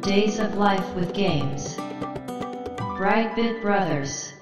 Days of Life with Games. Brightbit Brothers.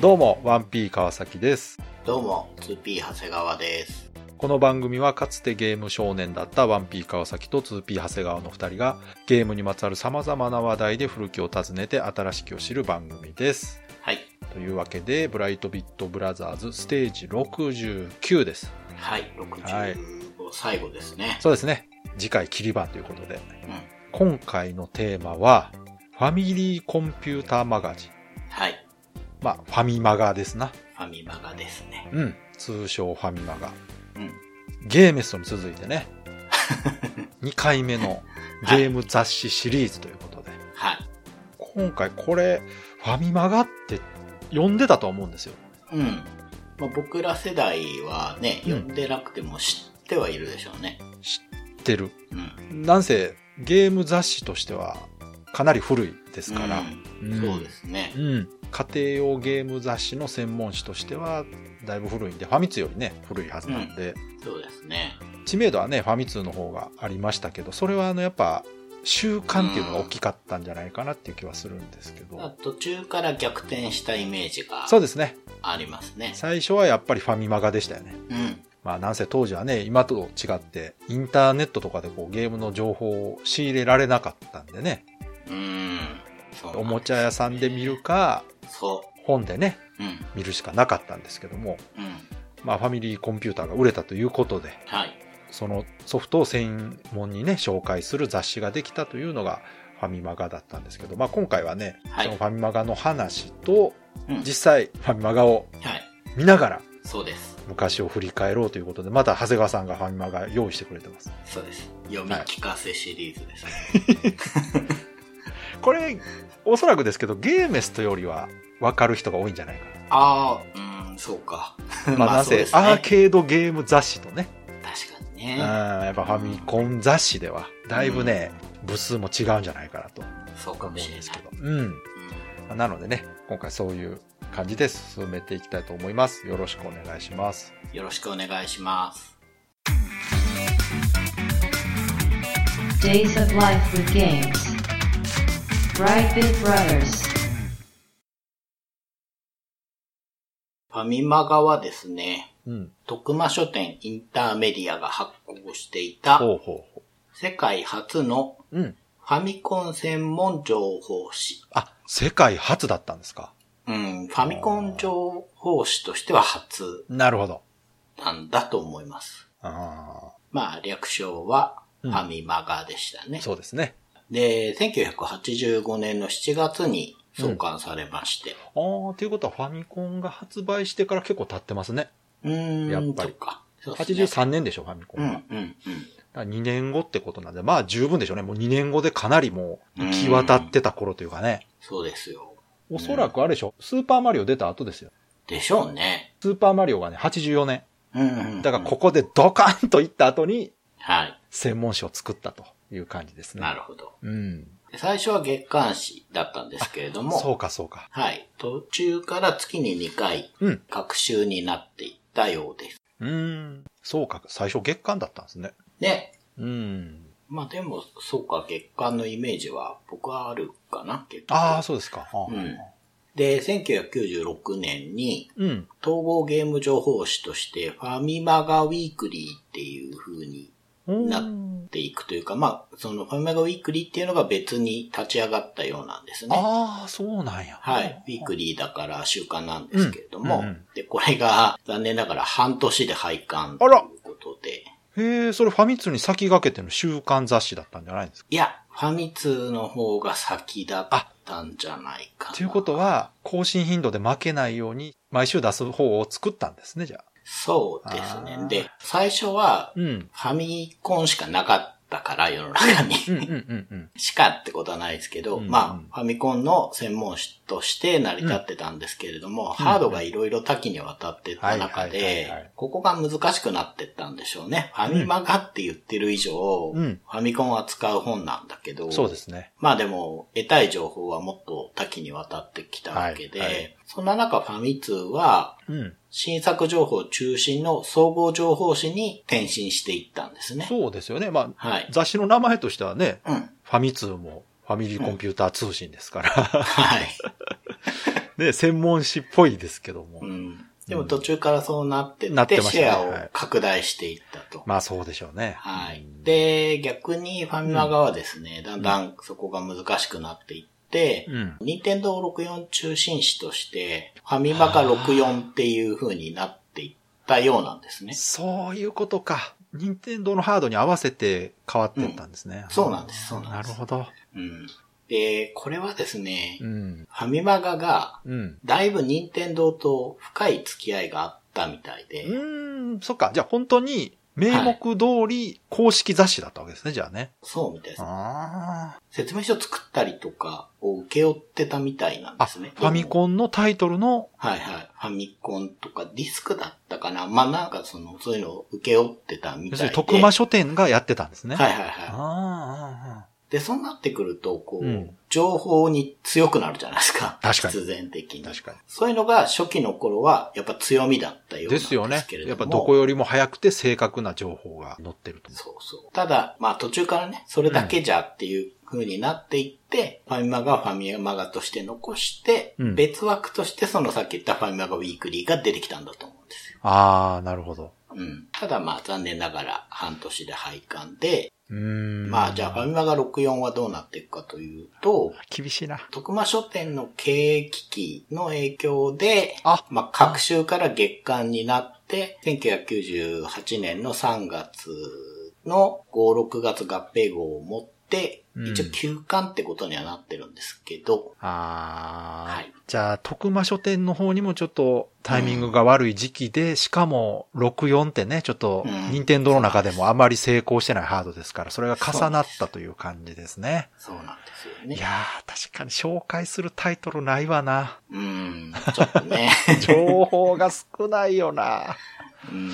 どうも、ワンピー川崎です。どうも、2P 長谷川です。この番組はかつてゲーム少年だったワンピー川崎と 2P 長谷川の2人がゲームにまつわる様々な話題で古きを訪ねて新しきを知る番組です。はい。というわけで、ブライトビットブラザーズステージ69です。はい、65、最後ですね。そうですね。次回切り番ということで。うん。今回のテーマは、ファミリーコンピューターマガジン。はい。まあ、ファミマガですな。ファミマガですね。うん。通称ファミマガ。うん。ゲーメストに続いて ね、2回目のゲーム雑誌シリーズということで、はい。今回これ、ファミマガって読んでたと思うんですよ。うん。まあ、僕ら世代はね、うん読んでなくても知ってはいるでしょうね。知ってる。うん。なんせ、ゲーム雑誌としてはかなり古いですから、うんうんそうですねう。ん。家庭用ゲーム雑誌の専門誌としては、だいぶ古いんで、ファミツよりね、古いはずなんで、そうですね。知名度はね、ファミ通の方がありましたけど、それはあの、やっぱ、習慣っていうのが大きかったんじゃないかなっていう気はするんですけど。まあ途中から逆転したイメージがそうですね。ありますね。最初はやっぱりファミマガでしたよね。うん。まあなんせ当時はね、今と違って、インターネットとかでこうゲームの情報を仕入れられなかったんでね、うん。そうなんですおもちゃ屋さんで見るか、そ本でね、う。うん。見るしかなかったんですけども、うん。まあファミリーコンピューターが売れたということで、はい。そのソフトを専門にね、紹介する雑誌ができたというのが、ファミマガだったんですけど、まあ今回はね、はいそのファミマガの話と、うん。実際ファミマガをはい。見ながらそうです。昔を振り返ろうということで、また長谷川さんがファミマが用意してくれてます。そうです。読み聞かせシリーズですね。これ、おそらくですけど、ゲーメストよりは分かる人が多いんじゃないかああ、うん、そう か。な。まあ、なんそうせ、ですねアーケードゲーム雑誌とね、確かにうん、ね。やっぱファミコン雑誌では、だいぶね、部数も違うんじゃないかなとそうか思うんもしれでないすけ。ど。うん。なのでね、今回そういう感じで進めていきたいと思います。よろしくお願いします。うんよろしくお願いします。 Days of Life with Games. Brightbit Brothers. ファミマガはですね、うん。徳間書店インターメディアが発行していた、ほうほうほ世界初のう。うん。ファミコン専門情報誌。あ、世界初だったんですか。うん、ファミコン情報誌としては初なるほど。なんだと思います。あまあ、略称はうフんァミマガでしたねあ、。そうですね。で、1985年の7月に創刊されまして、ああ、ということはファミコンが発売してから結構経ってますね。うーん、やっぱりそっか。そうですね83年でしょ、ファミコンうが。ん、うだかん、うん。ら2年後ってことなんで、まあ十分でしょうね。もう2年後でかなりもう行き渡ってた頃というかね。そうですよ。おそらくあれでしょ、スーパーマリオ出た後ですよ。でしょうね。スーパーマリオがね、84年。うん、うん。だからここでドカンと行った後に、はい。専門誌を作ったという感じですね。なるほど。うん。で最初は月刊誌だったんですけれども、そうか、そうか。はい。途中から月に2回、うん。各週になっていったようです。うーん。そうか、最初月間だったんですね。ね。うん。まあでも、そうか、月刊のイメージは僕はあるかな、結局ああ、そうですか。あーうん。で、1996年に、うん。統合ゲーム情報誌として、ファミマガウィークリーっていう風にうん。なっていくというか、まあ、そのファミマガウィークリーっていうのが別に立ち上がったようなんですね。ああ、そうなんや。はい。ウィークリーだから習慣なんですけれども、うんうんで、これが残念ながら半年で廃刊あといらうことで、へえ、それファミ通に先駆けての週刊雑誌だったんじゃないんですかいや、ファミ通の方が先だったんじゃないかな。ということは、更新頻度で負けないように、毎週出す方を作ったんですね、じゃあ。そうですあねー。で、最初はうん。ファミコンしかなかったから、世の中に。うんうんうんうん。しかってことはないですけど、うんうんまあ、ファミコンの専門誌として成り立ってたんですけれども、ハードがいろいろ多岐にわたってった中はいはいはいはでい、ここが難しくなってったんでしょうね。ファミマがって言ってる以上、うんファミコンは使う本なんだけど、そうですね。まあでも、得たい情報はもっと多岐にわたってきたわけで、はいはいそんな中ファミ通は、うん。新作情報中心の総合情報誌に転身していったんですね。そうですよね。まあ、はい。雑誌の名前としてはね、 うん。ファミ通もファミリーコンピューター通信ですから、 はい。ね、専門誌っぽいですけどもう。ん。でも途中からそうなってなっってて、ましたシねェアを拡大していったと。まあそうでしょうね。はい。うん、で、逆にファミマ側はですね、だんだんそこが難しくなっていって、うん。任天堂64中心誌として、ファミマが64っていう風になっていったようなんですね。そういうことか。任天堂のハードに合わせて変わっていったんですね。そうなんです、そうなんなるです。ほど。うん。で、これはですね、うん。ファミマガが、うん。だいぶ任天堂と深い付き合いがあったみたいで、うーん、そっか。じゃあ本当に、名目通り公式雑誌だったわけですね、じゃあね。そうみたいです。あ説明書作ったりとかを請け負ってたみたいなんあ。あ、ですフね。ァミコンのタイトルの、はいはい。ファミコンとかディスクだったかな。まあなんかその、そういうのを請け負ってたみ要たいするで。に徳間書店がやってたんですね。。はいいはいはい。あで、そうなってくると、こう、うん情報に強くなるじゃないですか。確かに必然的に。あ、確かに。そういうのが初期の頃は、やっぱ強みだったようなんでですすよねけれ。ども。やっぱどこよりも早くて正確な情報が載ってると。そうそう。ただ、まあ途中からね、それだけじゃっていう風になっていって、ファミマがファミマガとして残して、うん別枠としてそのさっき言ったファミマガウィークリーが出てきたんだと思うんですよ。ああ、なるほど。うん。ただまあ残念ながら半年で廃刊で、うーん。まあじゃあファミマガ64はどうなっていくかというと、厳しいな。徳間書店の経営危機の影響で、あまあ、各週から月間になって、1998年の3月の5、6月合併号を持って、うん一応休刊ってことにはなってるんですけど、ああ、はいじゃあ、徳間書店の方にもちょっとタイミングが悪い時期で、しかも64ってね、ちょっとうん、任天堂の中でもあまり成功してないハードですから、それが重なったという感じですね。そうなんですよいね。やー、確かに紹介するタイトルないわな。うん、ちょっとね。 情報が少ないよな。うん、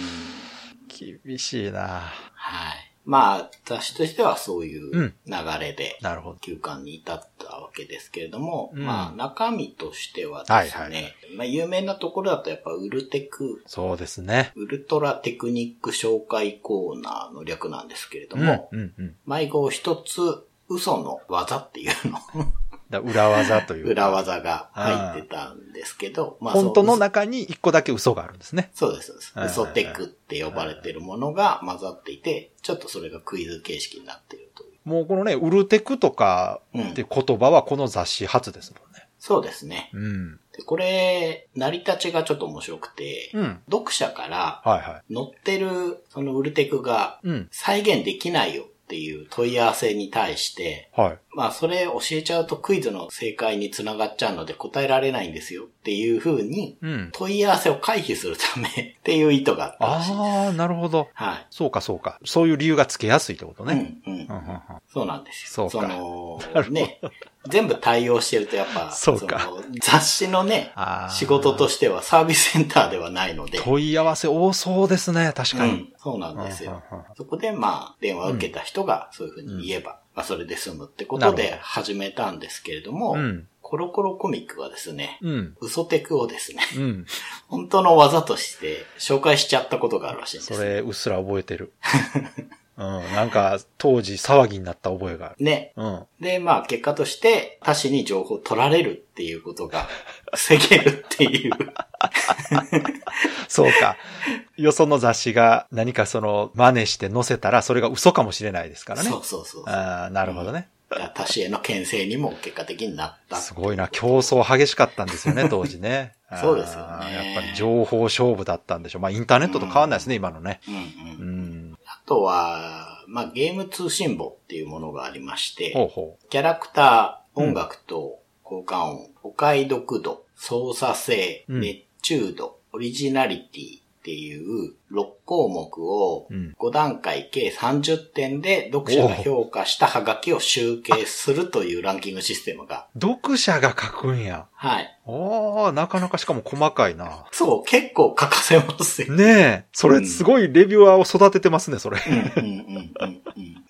厳しいな。はい。まあ、雑誌としてはそういううん流れで、なるほど。休館に至ったわけですけれども、うんまあ中身としてはですね、はいはいはいまあ有名なところだとやっぱウルテク、そうですね。ウルトラテクニック紹介コーナーの略なんですけれどうん、うんも、、うん。迷子を一つ嘘の技っていうの、 だ裏技というか。裏技が入ってたんですけど、まあそう本当の中に一個だけ嘘があるんですね。そうです、そうです。はいはいは嘘いテクって呼ばれてるものが混ざっていて、ちょっとそれがクイズ形式になっているという。もうこのね、ウルテクとかうんって言葉はこの雑誌初ですもんね。そうですね。うん。でこれ、成り立ちがちょっと面白くて、うん。読者からはいは載ってるそのウルテクがい。うん。再現できないよっていう問い合わせに対して、はい。まあそれ教えちゃうとクイズの正解につながっちゃうので答えられないんですよっていう風にうん。問い合わせを回避するためっていう意図があったらしいです。ああ、なるほど。はい。そうかそうか。そういう理由がつけやすいってことね。うんうんうんうんうんそうなんですそよ。うか の、ね、全部対応してるとやっぱ、そうかの雑誌のねあ、ー仕事としてはサービスセンターではないので、問い合わせ多そうですね。確かうに。ん、そうなんですよ。うんうんうんそこで、まあ、電話を受けた人がそういうふうに言えば、まあ、それで済むってこなるとほでど始めたんですけれども、うん。コロコロコミックはですね、うん。嘘テクをですね、 うん。本当の技として紹介しちゃったことがあるらしいんですそよ。れ、うっすら覚えてる。うん。なんか、当時騒ぎになった覚えがある。ね。うん。で、まあ、結果として、他市に情報を取られるっていうことが防げるっ ていう。そうか。よその雑誌が何かその真似して載せたら、それが嘘かもしれないですからね。そうそうそう。ああ、なるほどね。他市への牽制にも結果的になった。すごいな。競争激しかったんです よね、当時ね。そうですよねあーやっぱり情報勝負だったんでしょう。まあ、インターネットと変わんないですね、今のね。うんううん。ん。あとは、まあ、ゲーム通信簿っていうものがありまして、ほうほキャラクター、音楽と交換音、お買い得度、操作性、うん熱中度、オリジナリティ、っていう6項目をうん5段階計30点で読者が評価したハガキを集計するというランキングシステムが。読者が書くんや。はい。ああ、なかなかしかも細かいな。そう、結構欠かせますよ。ねえ。それすごいレビュアーを育ててますね、それ。へうんうんうんうんうん。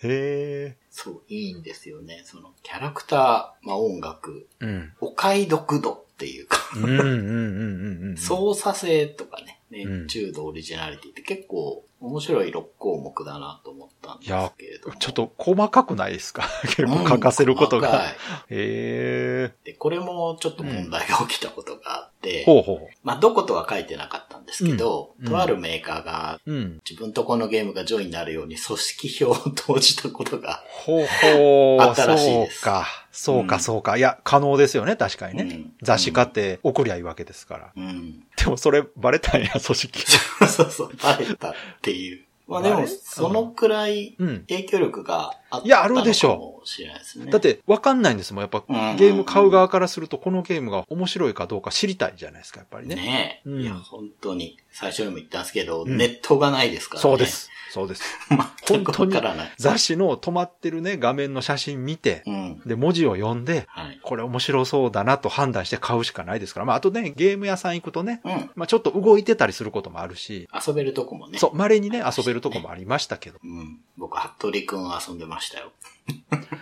え。そう、いいんですよね。その、キャラクター、まあ、音楽、うん。お買い得度っていうか、うんうんうんうんう ん。操作性とかね、うん熱中度、オリジナリティって結構面白い6項目だなと思ったんですけれども。ちょっと細かくないですか 結構書かせることうんが。はいへえ。で、これもちょっと問題が起きたことがあって、ほうほまあ、どことは書いてなかったんですけど、うんとあるメーカーがう。うん。自分とこのゲームが上位になるように組織表を投じたことが、ほうほう。新しいそうですか。そううか、んそうか。いや、可能ですよね、確かにね。うん雑誌買って送りゃいいわけですから。 うん。 でもそれバレたんや、組織。そうそう、バレたっていう。まあ でバレも、たそのくらいうん。影響力があったいやあるでしょうのかもしれないですね。だっ、て、わかんないんですもん。やっぱ、うんゲーム買う側からすると、このゲームが面白いかどうか知りたいじゃないですか、やっぱりね。ねえ。うんいや、本当に、最初にも言ったんですけど、うんネットがないですからね。そうで。す。そうです。 全くわからない。雑誌の止まってるね、画面の写真見て、うん。で、文字を読んで、はい。これ面白そうだなと判断して買うしかないですから。まあ、あとね、ゲーム屋さん行くとね、うん。まあ、ちょっと動いてたりすることもあるし、遊べるとこもね。そう、稀にね、遊べるとこもありましたけど。うん。僕、服部くんは遊んでましたよ。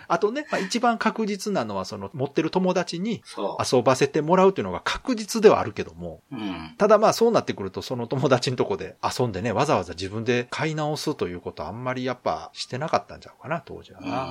あとね、まあ、一番確実なのは、その、持ってる友達にそ遊ばせてもらうというのが確実ではあるけども、う。うん。ただまあそうなってくるとその友達のとこで遊んでね、わざわざ自分で買い直すということあんまりやっぱしてなかったんちゃうかな、当時はう。な。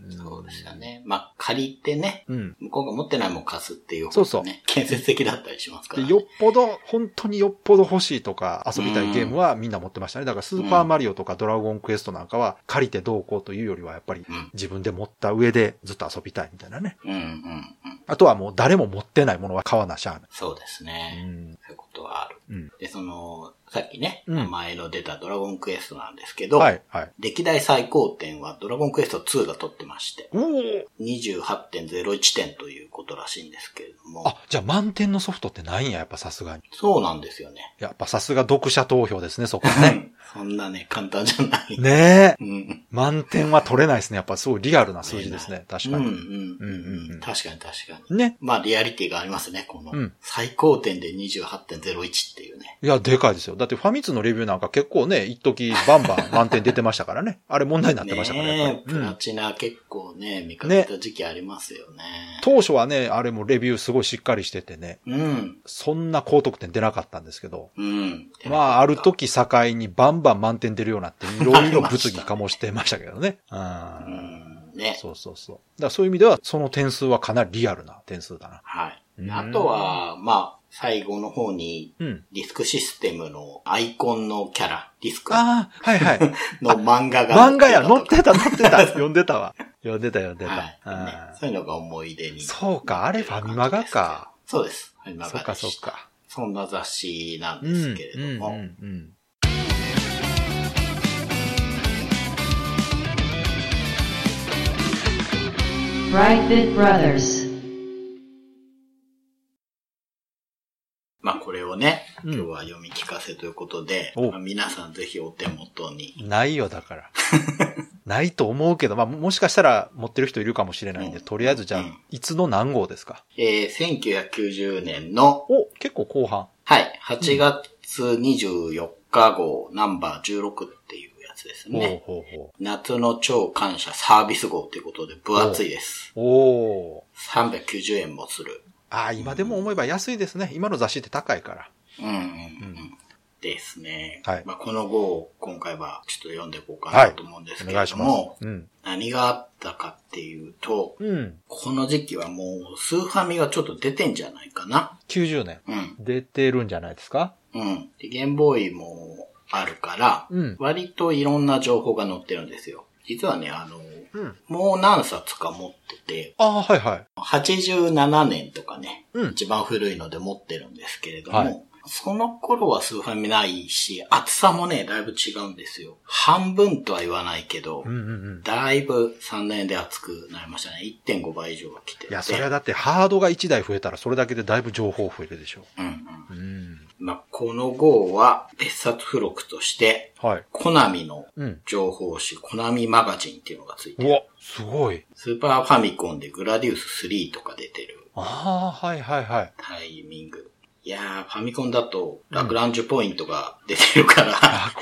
うんんそうでしたね。まあ、借りてね、うん。向こうが持ってないもん貸すっていう、ね。そうそう建設的だったりしますから、で、ね。よっぽど、本当によっぽど欲しいとか遊びたいゲームはみんな持ってましたね。だからスーパーマリオとかドラゴンクエストなんかは借りてどうこうというよりはやっぱりうん。自分で持った上でずっと遊びたいみたいなね。うんうんうん。あとはもう誰も持ってないものは買わなしゃあない。そうですね。うん。そういうことはある。うんで、その、さっきね、うん名前の出たドラゴンクエストなんですけど、はい、はい。歴代最高点はドラゴンクエスト2が取ってまして、おー28.01点ということらしいんですけれども、あ、じゃあ満点のソフトってないんや、やっぱさすがに。そうなんです よね。やっぱさすが読者投票ですね、そこはね。そんなね、簡単じゃない。ねえ。うん。満点は取れないですね。やっぱすごいリアルな数字ですね。確うんうかんに。ううんうんんううんん。確かに確かに。ね。まあ、リアリティがありますね、この。うん最高点で28.01っていうね。いや、でかいですよ。だってファミツのレビューなんか結構ね、一時バンバン満点出てましたからね。 あれ問題になってましたからやっねえぱりプうラん。チナ結構ね、見かけた時期ありますよね。当初はね、あれもレビューすごいしっかりしててね、うん。そんな高得点出なかったんですけど、うん。まあ、ある時境にバンバン満点出るようになって、いろいろ物議かもしてましたけどね。う。うんん。ね。そうそうそう。だからそういう意味では、その点数はかなりリアルな点数だな。はい。うんあとは、まあ、最後の方に、うん。ディスクシステムのアイコンのキャラ、ディスクああ、はいはい。 の漫画が載漫って画たや、とか。載ってた、載ってた。読んでたわ。読んでた、読んでた。はい、ねうんそういうのが思い出に。そうか、あれファミマガか。そうです。ファミマそガうか、でそうした。か。そんな雑誌なんうですんけ、うんれども。、うん。 Brightbit Brothers. まあこれをね、うん今日は読み聞かせということで、おまあ皆さんぜひお手元に。ないよ、だ から。ないと思うけど、まあ、もしかしたら持ってる人いるかもしれないんで、うんとりあえずじゃあうん、いつの何号ですかえー、1990年の、お、結構後半。はい、8月24日号、ナンバー16っていうやつですほうね。ほうほ夏の超感謝サービス号ということで分厚いです。う。おー。 390円もする。ああ、今でも思えば安いですね。今の雑誌って高いから。うんうんうんうんですね。はいまあ、この号を今回はちょっと読んでいこうかなと思うんですけおれ願いしどますも、。うん。何があったかっていうと、うん。この時期はもうスーファミがちょっと出てんじゃないかな。 90年。うん。出てるんじゃないですかうん。で、ゲームボーイもあるから、うん割といろんな情報が載ってるんですよ。実はね、あの、うん。もう何冊か持ってて、ああ、はいはい。 87年とかね、うん。一番古いので持ってるんですけれども、はいその頃はスーファミないし、厚さもね、だいぶ違うんですよ。半分とは言わないけど、うんうんうん。だいぶ3年で厚くなりましたね。1.5倍以上は来ていて。や、それはだってハードが1台増えたらそれだけでだいぶ情報増えるでしょうんうん。う。うん。まあ、この号は別冊付録として、はい。コナミのうん。情報誌、コナミマガジンっていうのがついてうる。わ、すごい。スーパーファミコンでグラディウス3とか出てるああ、はいはいはい。タイミング。いやー、ファミコンだとラグランジュポイントが出てるから、 あ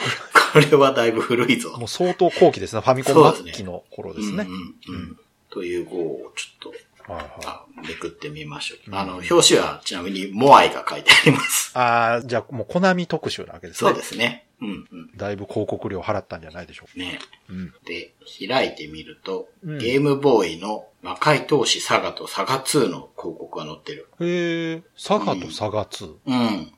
これはだいぶ古いぞ。もう相当後期ですね。ファミコン末期の頃ですねうん。うんうんという号をちょっとはいはい。あめくってみましょう。うんあの、表紙はちなみにモアイが書いてあります。ああ、じゃあもうコナミ特集なわけですね。そうですね。うんうん。だいぶ広告料払ったんじゃないでしょねうか。うん。で、開いてみると、うんゲームボーイの魔界闘士サガとサガ2の広告が載ってる。へえ、佐賀と佐賀2。うん。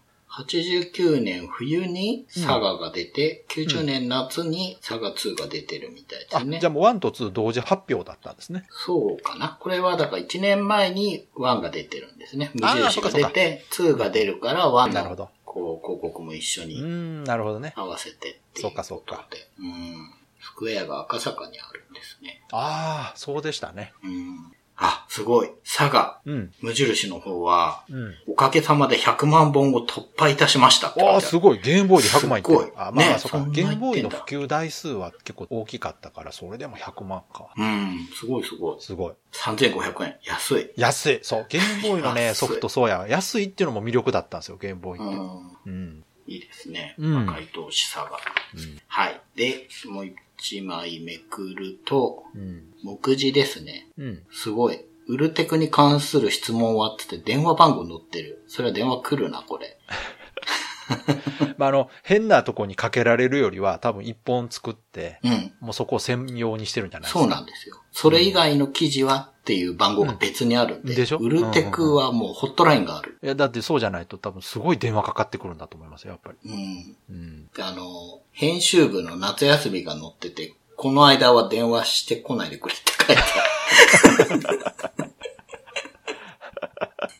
89年冬にサガが出て、90年夏にサガ2が出てるみたいであ、すね。じゃあもう1と2同時発表だったんですね。そうかな。これはだから1年前に1が出てるんですね。無あー印がそう出かて、2が出るから1なるほのどこう広告も一緒うにーん、なるほどね。合わせてっていうそうかこそうとかで。うん。スクエアが赤坂にあるんですね。ああ、そうでしたね。うん。あ、すごい。佐賀、うん、無印の方は、うん。おかげさまで100万本を突破いたしましたって書いてわああ、るすごい。ゲームボーイで100万いってるすっごいあ、まあまねあ、そうかそん。なゲームボーイのいってん普及だ台数は結構大きかったから、それでも100万か。うん、すごいすごい。すごい。 3500円。安い。安い。そう。ゲームボーイの 安ね、いソフト、そうや。安いっていうのも魅力だったんですよ、ゲームボーうイって。ん。うん。いいですね。うん回答しさうが。んはい。で、もう一枚めくると、うん。目次ですね。うん。すごい。ウルテクに関する質問はってって電話番号載ってる。それは電話来るな、これ。まあ、あの、変なとこにかけられるよりは、多分一本作って、うん。もうそこを専用にしてるんじゃないですか。そうなんですよ。それ以外の記事はっていう番号が別にあるんで。うんでしょウルテクはもうホットラインがある。いや、だってそうじゃないと多分すごい電話かかってくるんだと思いますよ、やっぱり。うん。うん。あの、編集部の夏休みが載ってて、この間は電話してこないでくれって書いてある。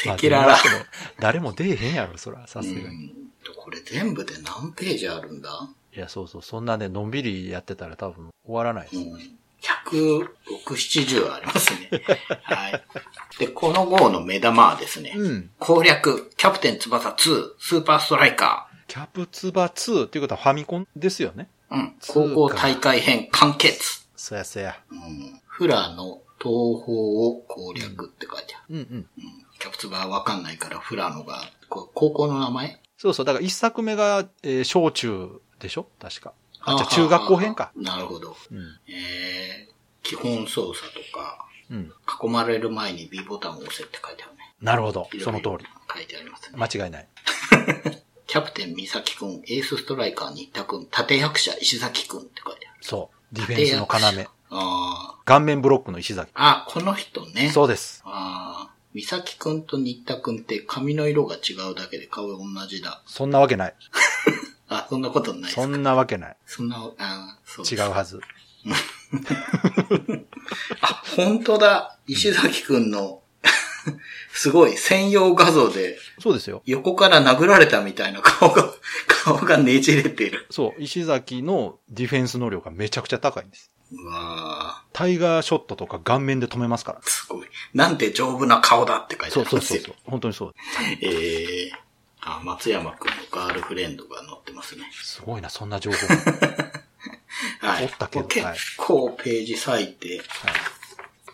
赤 まあ裸電話しても誰も出えへんやろ、そら、さ々。すうがに。んこれ全部で何ページあるんだいや、そうそう、そんなね、のんびりやってたら多分終わらないでうす。ん。106、70ありますね。はい。で、この号の目玉はですね、うん。攻略、キャプテン翼2、スーパーストライカキャプツバ2っていうことはファミコンですよね。ー、うん、 2高校大会編完結、そやそや。うん、フラの東方を攻略って書いてある。うんうん。キャプツバはわかんないから、フラノが、こう高校の名前そうそう、だから一作目が、えー小中でしょ確か。あ、じゃあー中学校編か。なるほど。うん。えー、基本操作とか、うん。囲まれる前に B ボタンを押せって書いてあるね。なるほどい。ろそのいろ通り。書いてありますね。間違いない。キャプテン美咲くん、エースストライカー新田くん、盾役者石崎くんって書いてある。そう。ディフェンスの要。あー顔面ブロックの石崎。あ、この人ね。そうです。ああ、美咲くんと新田くんって髪の色が違うだけで顔同じだ。そんなわけない。あ、そんなことないですかそんなわけない。そんな、あーそう違うはず。あ、本当だ。石崎くんの、 すごい、専用画像で、そうですよ。横から殴られたみたいな顔が、 顔がねじれてる。そう、石崎のディフェンス能力がめちゃくちゃ高いんです。うわタイガーショットとか顔面で止めますからー。すごい。なんて丈夫な顔だって書いてそあうりそうますそうよそ。う。本当にそう。ええあ、松山くんのガールフレンドが載ってますね。すごいな、そんな情報。 はい。おったけど結構ページ割いて、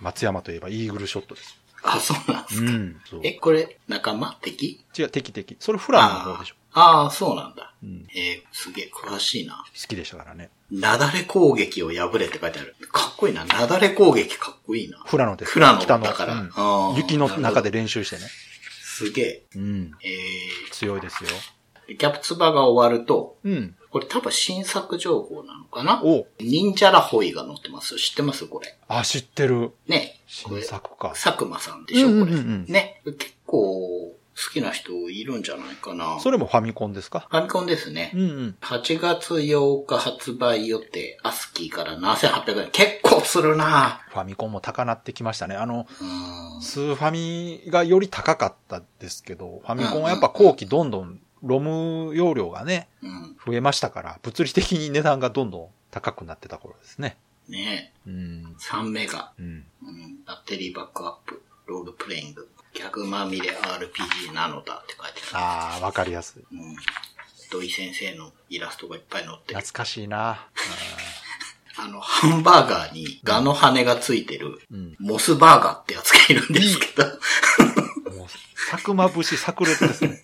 松山といえばイーグルショットです。あ、そうなんですうか。ん。そうえ、これ、仲間敵違う、敵敵。それフプランの方でしょ。あーあー、そうなんだ。うん。好えー、すげえ、詳しいな。きでしたからね。なだれ攻撃を破れって書いてある。かっこいいな。なだれ攻撃かっこいいな。フラノです。フラノ北だからうんあー雪の中で練習してね。すげえ。うん。え強いですよ。ー、キャプツバが終わると、うん。これ多分新作情報なのかなお忍者ラホイが載ってますよ。知ってますこれ。あ、知ってる。ね。こ新れ作か。佐久間さんでしょ、これ。うんうんうんうんね。結構好きな人いるんじゃないかな。それもファミコンですかファミコンですねう。んうん。 8月8日発売予定、アスキーから7800円。結構するなファミコンも高なってきましたね。あの、ぁうん。スーファミがより高かったですけど、ファミコンはやっぱ後期どんどんロム容量がね、うん。増えましたから、物理的に値段がどんどん高くなってた頃ですね。ねうん。 3メガ、うん。うん。バッテリーバックアップ、ロールプレイング。ギャグまみれ RPG なのだって書いてあああ、わかりやすい。る。うん。土井先生のイラストがいっぱい載ってる。懐かしいな。あの、ハンバーガーにガの羽がついてる、うん。モスバーガーってやつがいるんですけど、もう、佐久間節炸裂ですね。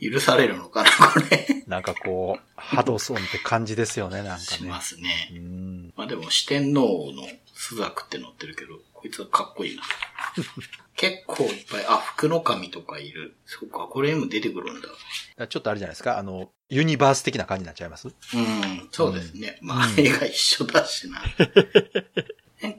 許されるのかな、これ。なんかこう、ハドソンって感じですよね、なんかしねま。すねう。ん。まあでも四天王のスザクって載ってるけど、こいつはかっこい いな。結構いっぱい、あ、福の神とかいる。そっか、これにも出てくるんだ。ちょっとあれじゃないですか、あの、ユニバース的な感じになっちゃいますうん、そうですね。まあう、ん絵が一緒だ しな。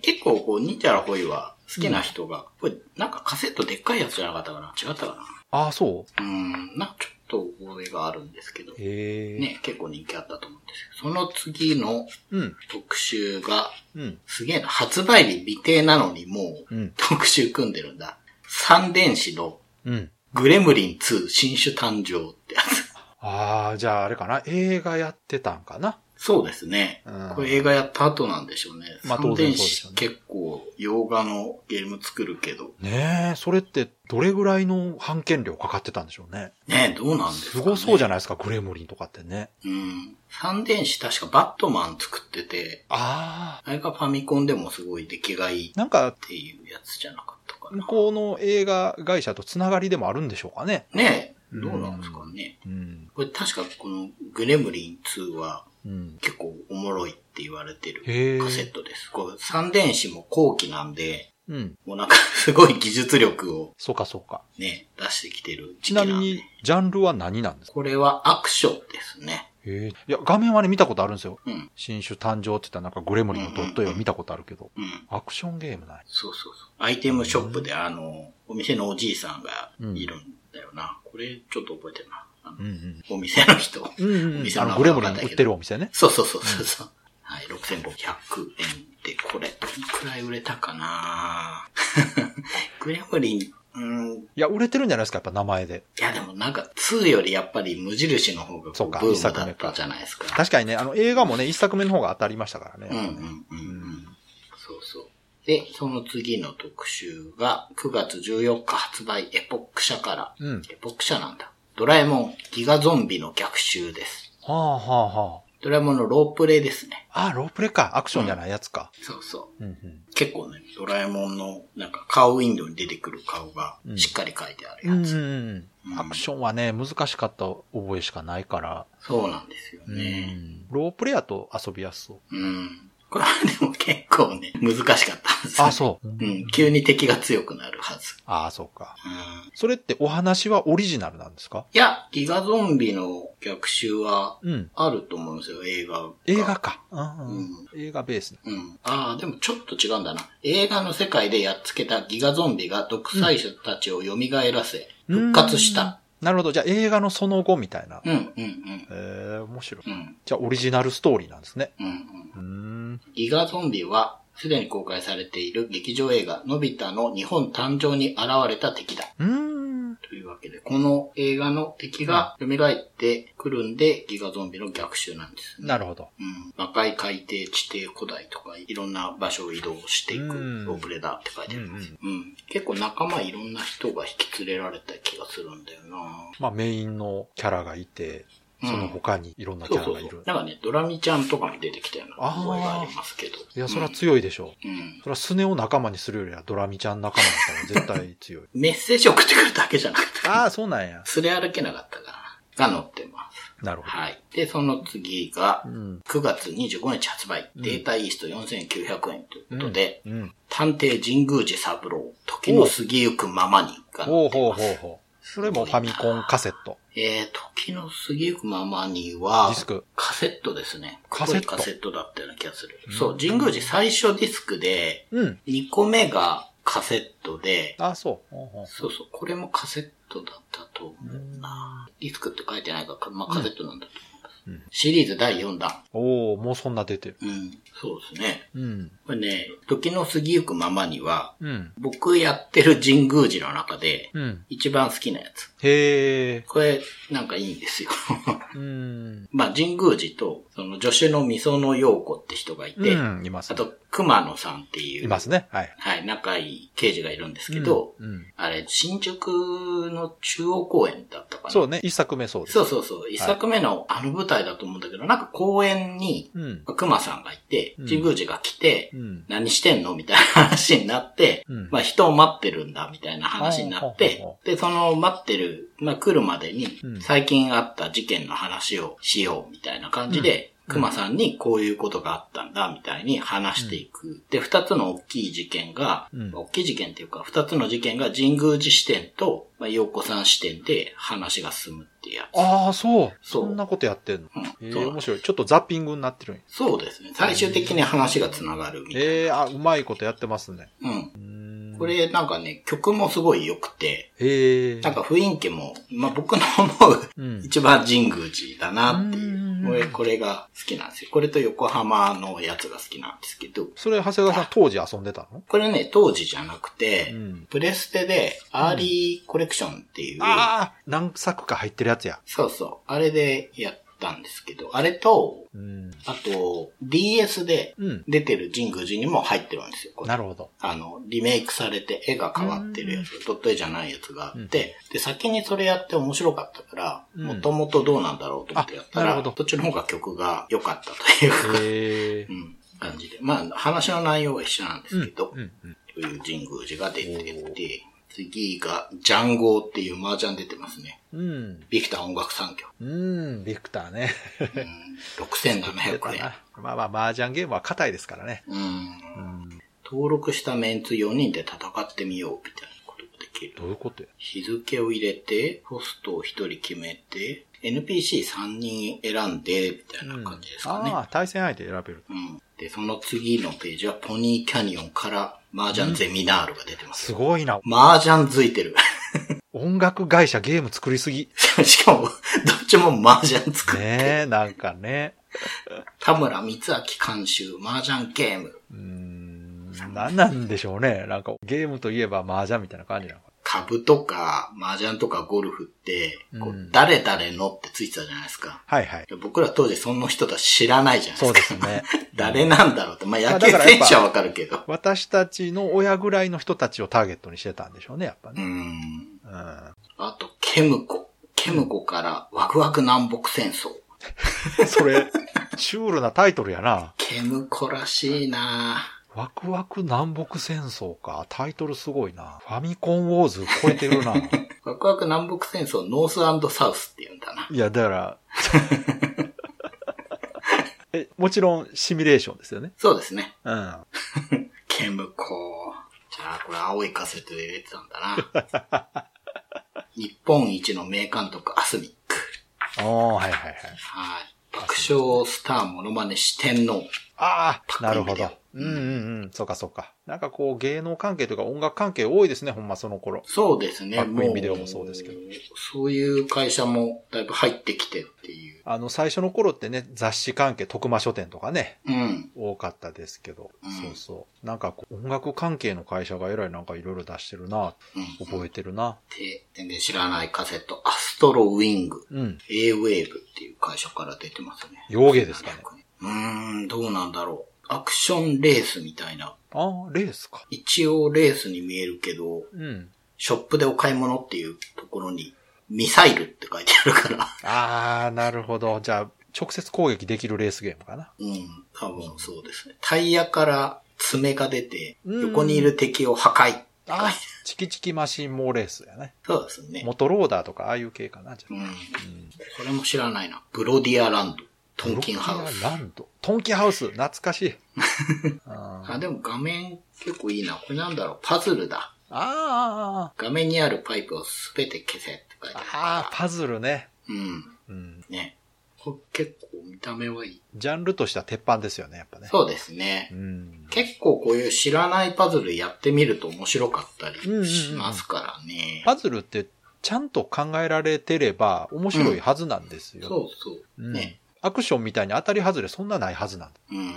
結構、こう、ニチャラホイは好きな人が、これ、なんかカセットでっかいやつじゃなかったかな違ったかああ、そうなうん、なんかちょっと覚えがあるんですけど、へえ。。ね、結構人気あったと思うんですけど、その次のうん。特集が、うん。すげえな、発売日未定なのにもう、うん。特集組んでるんだ。三電子のうん。グレムリン2新種誕生ってやつ。ああ、じゃああれかな。映画やってたんかな。そうですね。うんこれ映画やった後なんでしょうね。まあ三当然電そうですよ子ね結構洋画のゲーム作るけど。ねえ、それってどれぐらいの版権料かかってたんでしょうね。ねどうなんですか、ね、すごそうじゃなないですか、グレムリンとかってね。いうん。三電子確かバットマン作ってて、ああ。あれがファミコンでもすごい出来がいいっなんか、ていうやつじゃなかったか向な。こうの映画会社とつながりでもあるんでしょうかね。ねえ、どうなんですかね。うん。これ確かこのグレムリン2はうん。結構おもろいって言われてるへえカセットです。これ三電子も後期なんで、うん。もうなんかすごい技術力をそうかそうか。ね、出してきてる時ち期ななんで。みに、ジャンルは何なんですかこれはアクションですね。へえ。いや、画面はね、見たことあるんですよ。うん。新種誕生って言ったらなんかグレムリンのドット絵を見たことあるけど。うん。アクションゲームない。そうそうそう。アイテムショップで、あの、お店のおじいさんがうんいるんだよな。これ、ちょっと覚えてるな。あのうんうん。お店の人。うんうん、うん。店あのの、名グレム前わリかンんな売いっけどてるお店ね。そうそうそうそうそう。はい、6500円で、これ、どんくらい売れたかなグレムリン、うん、いいや、売れてるんじゃないですか、やっぱ名前で。やでもなんか2よりやっぱり無印の方がそうこうかブー一ム作だ目っかたじゃないですか。確かにね、あの、映画もね、一作目の方が当たりましたからね。うんうんうんうん。そうそう。で、その次の特集が、9月14日発売、エポック社から。うんエポック社なんだ。ドラえもん、ギガゾンビの逆襲です。はあはあはドラえもんのロープレイですね。あ。あ、ロープレか。アクションじゃないやつか。そうそうんうん。う。結構ね、ドラえもんの、なんか、顔ウィンドウに出てくる顔がう、んしっかり書いてあるうやんつ。うんうん。アクションはね、難しかった覚えしかないから。そうなんですようね。ん。ロープレやと遊びやすそう。うん。これはでも結構ね、難しかったんですよあ、そう。うん。急に敵が強くなるはず。ああ、そうか。うん。それってお話はオリジナルなんですかいや、ギガゾンビの逆襲はうん。あると思うんですよ、映画が。映画か。うんうん。映画ベース。うん。ああ、でもちょっと違うんだな。映画の世界でやっつけたギガゾンビが独裁者たちを蘇らせ、復活した。なるほど。じゃあ映画のその後みたいな。うん、うん、うん。えー、面白い。うん、じゃあオリジナルストーリーなんですね。うん、うん。うーん。ギガゾンビは、すでに公開されている劇場映画、のび太の日本誕生に現れた敵だ。うーん。というわけで、この映画の敵が蘇ってくるんで、ギガゾンビの逆襲なんですね。なるほど。うん、赤い海底、地底、古代とか、いろんな場所を移動していくうんロープレだって書いてあります。ううん結構仲間いろんな人が引き連れられた気がするんだよなまあメインのキャラがいて、その他にいろんなキそャラうそがういそるう。。なんかね、ドラミちゃんとかも出てきたような覚えがありますけど。いや、それはうん強いでしょう。うん。それはスネを仲間にするよりはドラミちゃん仲間にしたら絶対 強い。メッセージ送ってくるだけじゃなくて、 ああ、そうなんや。すれ歩けなかったから、が載ってます。なるほはい。で、その次がど。う、ん。 9月25日発売、うんデータイースト4900円ということで、うん。探偵神宮寺三郎、時の過ぎゆくままにが 載ほうってほうます。ほうほう。それもファミコンカセット。えー、時の過ぎゆくままにはディ、スク。カセットですね。カセットここにカセットだったような気がするうん。そう、神宮寺最初ディスクで、うん。 2個目がカセットで、ああ、そう。ほうほうそうそう、これもカセットだったと思うな。ディスクって書いてないから、まあカセットなんだと思います。うんシリーズ第4弾。おおもうそんな出てる。うん、そうですね。うん。これね、時の過ぎゆくままには、うん。僕やってる神宮寺の中で、うん。一番好きなやつ。へえ。これ、なんかいいんですよ。 うん。まあ、神宮寺と、その助手のみその陽子って人がいて、うん、いますあ。と、熊野さんっていう。いますね。はい。はい、仲いい刑事がいるんですけど、うんうんあれ、新宿の中央公園だったかな。そうね、一作目そうです。そうそうそう。一作目のあの舞台だと思うんだけど、なんか公園に、うん。熊さんがいて、うん神宮寺が来て、うん。何してんのみたいな話になって、うんまあ人を待ってるんだ、みたいな話になっほうてほうほ、で、その待ってる、まあ来るまでにうん、最近あった事件の話をしよう、みたいな感じで、熊さんにこういうことがあったんだ、みたいに話していく。で、二つの大きい事件が、うん大きい事件っていうか、二つの事件が神宮寺視点と、まあ、陽子さん視点で話が進むっていうやつ。ああ、そう。そうそんなことやってんの。うんええそう面白い。ちょっとザッピングになってるんや。そうですね。最終的に話が繋がるみたいな。ええあ、うまいことやってますね。うん。うーんこ。れなんかね、曲もすごい良くて、ええなんか雰囲気も、まあ、僕の思ううん。一番神宮寺だなってうんうんういんう。これ、これが好きなんですよ。これと横浜のやつが好きなんですけど、それ、長谷川さん当時遊んでたのこれね、当時じゃなくて、うんプレステでアーリーコレクションっていう、ああ何作か入ってるやつや。そうそう、あれでやったんですけど、あれと、うん。あと、DS でうん。出てる神宮寺にも入ってるんですよ。これなるほど。あの、リメイクされて絵が変わってるやつ、ドット絵じゃないやつがあって、で、先にそれやって面白かったから、うんもともとどうなんだろうと思ってやったあなるら、ほどどっちの方が曲が良かったというか、ええうん、感じで。まあ、話の内容は一緒なんですけど、うん。うん。という神宮寺が出てて、次が、ジャンゴーっていう麻雀出てますね。うん。ビクター音楽産業。うん。ビクターね。うん、6700円。まあまあ、麻雀ゲームは硬いですからね。うん。うん。登録したメンツ4人で戦ってみよう、みたいなことができる。どういうことや日付を入れて、ホストを1人決めて、NPC3 人選んで、みたいな感じですかねあ。あ、対戦相手選べる。うん。で、その次のページは、ポニーキャニオンから、麻雀ゼミナールが出てます。すごいな。麻雀付いてる。 音楽会社ゲーム作りすぎ。しかも、どっちも麻雀作る。ねえ、なんかね。田村光明監修、麻雀ゲーム。うーん、何なんでしょうね。なんかゲームといえば麻雀みたいな感じなのか株とか、麻雀とかゴルフって、う、こうん誰々のってついてたじゃないですか。な。はいはい。僕ら当時その人たち知らないじゃないでそうすでか。すね。 誰なんだろうって。まあ、まあ野球だからやっ選ぱ手はわかるけど。私たちの親ぐらいの人たちをターゲットにしてたんでしょうね、やっぱうね。ん。うあと、ケムコ。ケムコから、ワクワク南北戦争。ん。それ、シュールなタイトルやな。ケムコらしいなワクワク南北戦争か。タイトルすごいな。ファミコンウォーズ超えてるな。ワクワク南北戦争、ノースサウスって言うんだな。いや、だから。 え、もちろんシミュレーションですよね。そうですね。うん。ケムコ。じゃあ、これ青いカセットで入れてたんだ な。日本一の名監督、アスミック。ああ、はいはいはい。はい。爆笑スターモノマネ四天王。ああ、なるほパッどと。うんうんうん。そうかそうか。なんかこう芸能関係とか音楽関係多いですね、ほんまその頃。そうですね。バックインもうビデオもそうですけど。そういう会社もだいぶ入ってきてっていう。あの、最初の頃ってね、雑誌関係、徳間書店とかね、うん。多かったですけど。うんそうそう。なんかこう、音楽関係の会社がえらいなんかいろいろ出してるな、うん。覚えてるな。で、全然知らないカセット、アストロウィング。うん。 A ウェーブっていう会社から出てますね。洋芸ですかね。うーん、どうなんだろう。アクションレースみたいな。ああ、レースか。一応レースに見えるけど、うん。ショップでお買い物っていうところに、ミサイルって書いてあるから。 ああ、なるほど。じゃあ、直接攻撃できるレースゲームかな。うん、多分そうですね。タイヤから爪が出て、うん横にいる敵を破壊。ああ、チキチキマシンモーレースやね。そうですね。モトローダーとかああいう系かな、じゃあうん。これも知らないな。ブロディアランド。トンキンハウスブロッ。クやランド。トンキンハウス、懐か しい。あーあ、でも画面結構いいな。これなんだろう。パズルだ。あ画面にあるパイプをすべて消せって書いー、てあるあーパズルね。うん。うん。ね。これ結構見た目はいい。ジャンルとしては鉄板ですよね、やっぱね。そうですねう。ん。結構こういう知らないパズルやってみると面白かったうんうんうんりしますからね。パズルって、ちゃんと考えられてれば面白いはずなんですよ。そうそうう。んね。アクションみたいに当たり外れそんなないはずなんだ。うん。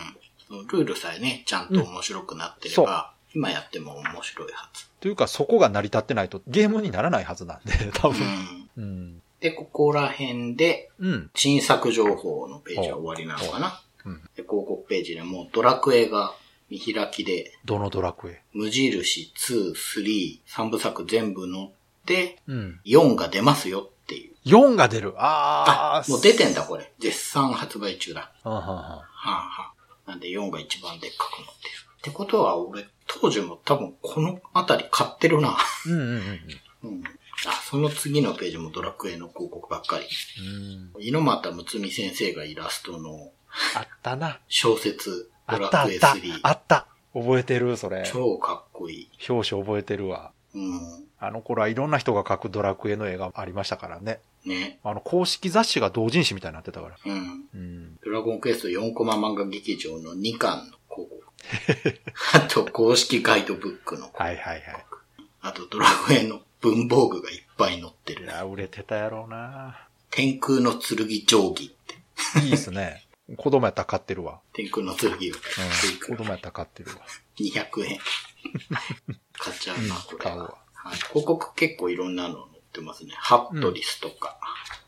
ルールさえね、ちゃんと面白くなってれば、今やっても面白いはず。というか、そこが成り立ってないとゲームにならないはずなんで、 多う分。ん。うん。で、ここら辺で、うん。新作情報のページは終わりなのかな。うんで広告ページでもうドラクエが見開きで、どのドラクエ無印2、3、3部作全部乗って、うん。 4が出ますよっていう。 4が出る。ああ、あもう出てんだこれ。絶賛発売中だ。はんはんははあはあ、なんで4が一番でっかくなってる。ってことは俺、当時も多分このあたり買ってるな。 んうんうんうんうん。あ、その次のページもドラクエの広告ばっかり。うん。うん。猪俣睦美先生がイラストのあったな。小説、あドっラたあっクエた。あ3。った。覚えてるそれ。超かっこいい。表紙覚えてるわ。うん。あの頃はいろんな人が描くドラクエの絵がありましたからね。ね。あの、公式雑誌が同人誌みたいになってたから。うん。うん。ドラゴンクエスト4コマ漫画劇場の2巻の 広告。あと、公式ガイドブックの広告。はいはいはい。あと、ドラクエの文房具がいっぱい載っている。や、売れてたやろうな。天空の剣定規って。いいっすね。 子供やったら買ってるわ。天空の剣を買っていうん。く子供やったら買ってるわ。 200円。買っちゃうな、うんこれ買うはわ。はい広告結構いろんなの載ってますね。ハットリスとか、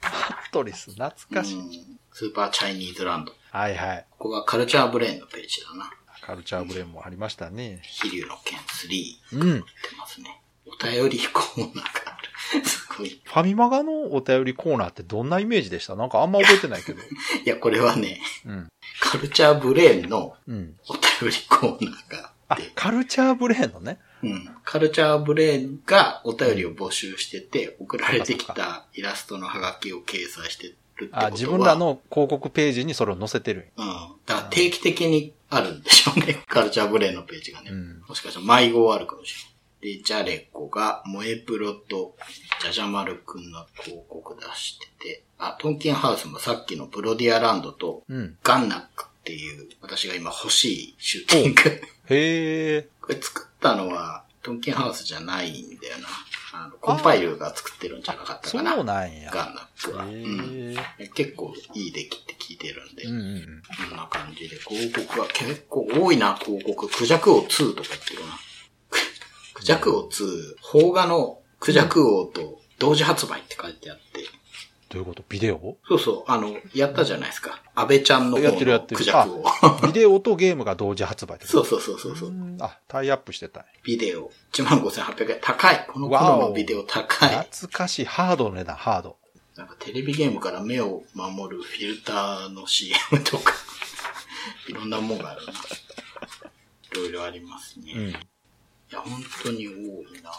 ハットリス、懐うんかしい。スーパーチャイニーズランド。はいはい。ここがカルチャーブレーンのページだな。カルチャーブレーンもありましたね。飛竜の剣3。うん。フってますね。お便りコーナーがある。すごい。いァミマガのお便りコーナーってどんなイメージでしたなんかあんま覚えてないけど。や、これはね、うん。カルチャーブレーンのうん。お便りコーナーがああって、、カルチャーブレーンのね。うん。カルチャーブレーンがお便りを募集してて、送られてきたイラストのハガキを掲載してるってことは。あ、自分ら。の広告ページにそれを載せてる。うん。だから定期的にあるんでしょうね。カルチャーブレーンのページがね。うんもしかしたら迷子あるかもしれない。で、ジャレコが、萌えプロと、ジャジャマルくんの広告出してて、あ、トンキンハウスもさっきのプロディアランドと、うん。ガンナックっていう、私が今欲しいシューティング。へえ。 これ作ったのは、トンキンハウスじゃないんだよな。あの、コンパイルが作ってるんじゃなかったそうかな。なんや。ガンナックは。へうんえ。結構いい出来って聞いてるんで、うんうんうん。こんな感じで、広告は結構多いな、広告。クジャク王2とか言ってるな。クジャク王2、邦画のクジャク王と同時発売って書いてあって、どういうことビデオそうそう、あの、やったじゃないですか。安倍ちゃんの方やってるやのってるクジャク王。ビデオとゲームが同時発売ってこと そうそうそうそうそう。うんあ、タイアップしてたんやビデオ、15,800円。高い。この頃のビデオ高い。懐かしい。ハードの値段、ハード。なんかテレビゲームから目を守るフィルターの CM とか、 いろんなもんがあるな。いろいろありますね。うん。ういん。や、本当に多いな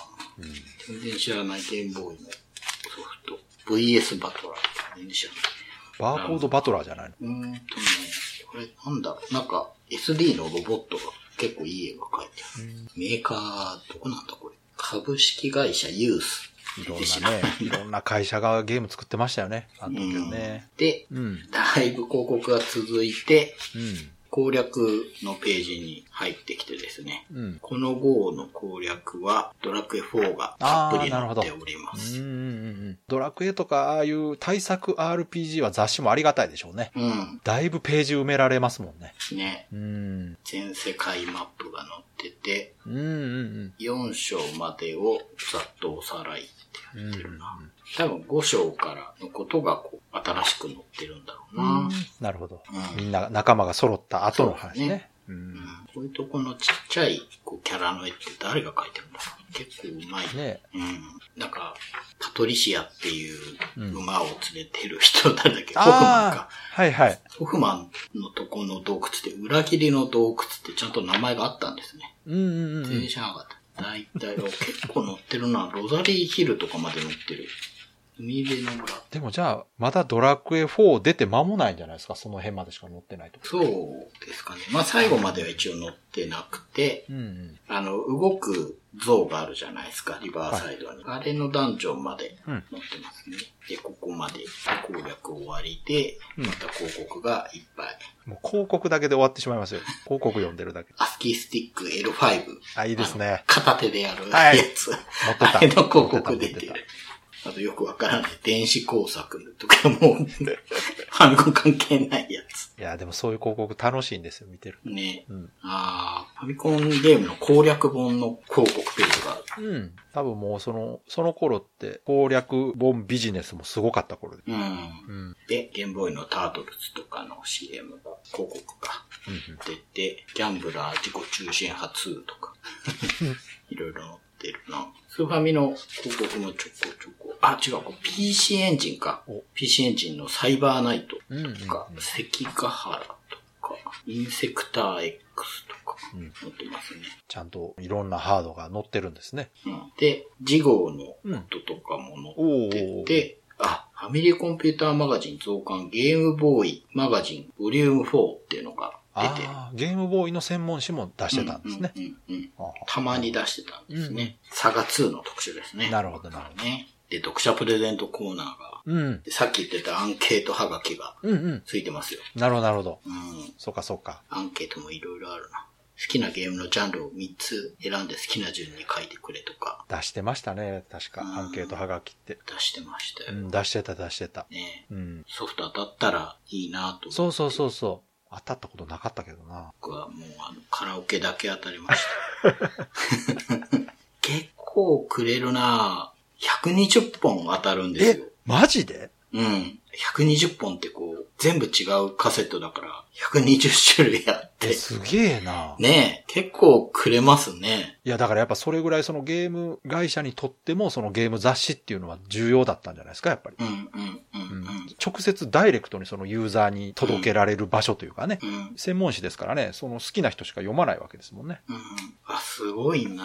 全然知らないゲームボーイのソフト。VS バトラー。全然知らない。バーコードバトラーじゃないのうーんとね、これなんだろうなんか SD のロボットが結構いい絵が描いてある。メーカー、どこなんだこれ。株式会社ユース。いろんなね、いろんな会社がゲーム作ってましたよね。あの時はね。で、うん。うん。だいぶ広告が続いて、攻略のページに入ってきてですね。うん。うん。この号の攻略は、ドラクエ4がたっぷり載っておりまうんす。うん。ドラクエとか、ああいう対策 RPG は雑誌もありがたいでしょうね。うん。だいぶページ埋められますもんね。ね。うん。全世界マップが載ってて、うんうん4章までをざっとおさらいってうん。やうっんてるな。多分5章からのことがこう新しく載ってるんだろうな。うんなるほど。うんみんな仲間が揃った後の話ね。ううんん、こういうとこのちっちゃいこうキャラの絵って誰が描いてるんだろう結構うまい。ねうん。なんか、パトリシアっていううん馬を連れてる人なんだっけ、ホフマンああ。かはいはい。ホフマンのとこの洞窟で、裏切りの洞窟ってちゃんと名前があったんですね。うんうんうん。全然知らなかった。大体、お結構載ってるな。ロザリーヒルとかまで載ってる。海辺の村。でもじゃあ、まだドラクエ4出て間もないんじゃないですかその辺までしか載ってないと。そうですかね。まあ最後までは一応載ってなくて、うんうん。あの、動く像があるじゃないですか、リバーサイドに。あれのダンジョンまでう載んってますね。で、ここまで攻略終わりで、うんまた広告がいっぱい。もう広告だけで終わってしまいますよ。広告読んでるだけ。アスキースティック L5。あ、いいですね。片手でやるはやいつ。持ってた。あれの広告出てる。あとよくわからない電子工作とかも う、ファミコン関係ないやつ。いや、でもそういう広告楽しいんですよ、見てる。ね。うん。ああ、ファミコンゲームの攻略本の広告ページがある。うん。多分もうその、その頃って攻略本ビジネスもすごかった頃で。うん。うん。うんで、ゲームボーイのタートルズとかの CM が、広告がうん出て、ギャンブラー自己中心派2とか、 いろいろ載ってるな。スーファミの広告もちょこちょこ。あ、違う、これ PC エンジンかお。 PC エンジンのサイバーナイトうんうんうんとか、関ヶ原とか、インセクター X とか、うん載ってますね。ちゃんといろんなハードが載ってるんですね。うん、で、次号のうん。こととかも載っおお。てて、あ、ファミリーコンピューターマガジン増刊ゲームボーイマガジンボリューム4っていうのが出て、ああ、ゲームボーイの専門誌も出してたんですね。うんうんうんうんああたまに出してたんですね。サガ2の特集ですね。なるほどなるほね。で、読者プレゼントコーナーが、うん。でさっき言ってたアンケートはがきがうんうん。ついてますよ。なるほど、なるほど。うん。そうか、そうか。アンケートもいろいろあるな。好きなゲームのジャンルを3つ選んで好きな順に書いてくれとか出してましたね。確か、うんアンケートはがきって。出してましたうよ。ん、出してた、出してた。ねうん。ソフト当たったらいいなと。そうそうそうそう。当たったことなかったけどな。僕はもうあのカラオケだけ当たりました。 結構くれるなぁ。120本当たるんですえよ。、マジでうん。120本ってこう、全部違うカセットだから、120種類あっえ、て。すげえな。ねえ、結構くれますね。いや、だからやっぱそれぐらいそのゲーム会社にとっても、そのゲーム雑誌っていうのは重要だったんじゃないですか、やっぱり。うんうんうんううんん。直接ダイレクトにそのユーザーに届けられる場所というかね。うん、うん専門誌ですからね、その好きな人しか読まないわけですもんね。うん。あ、すごいな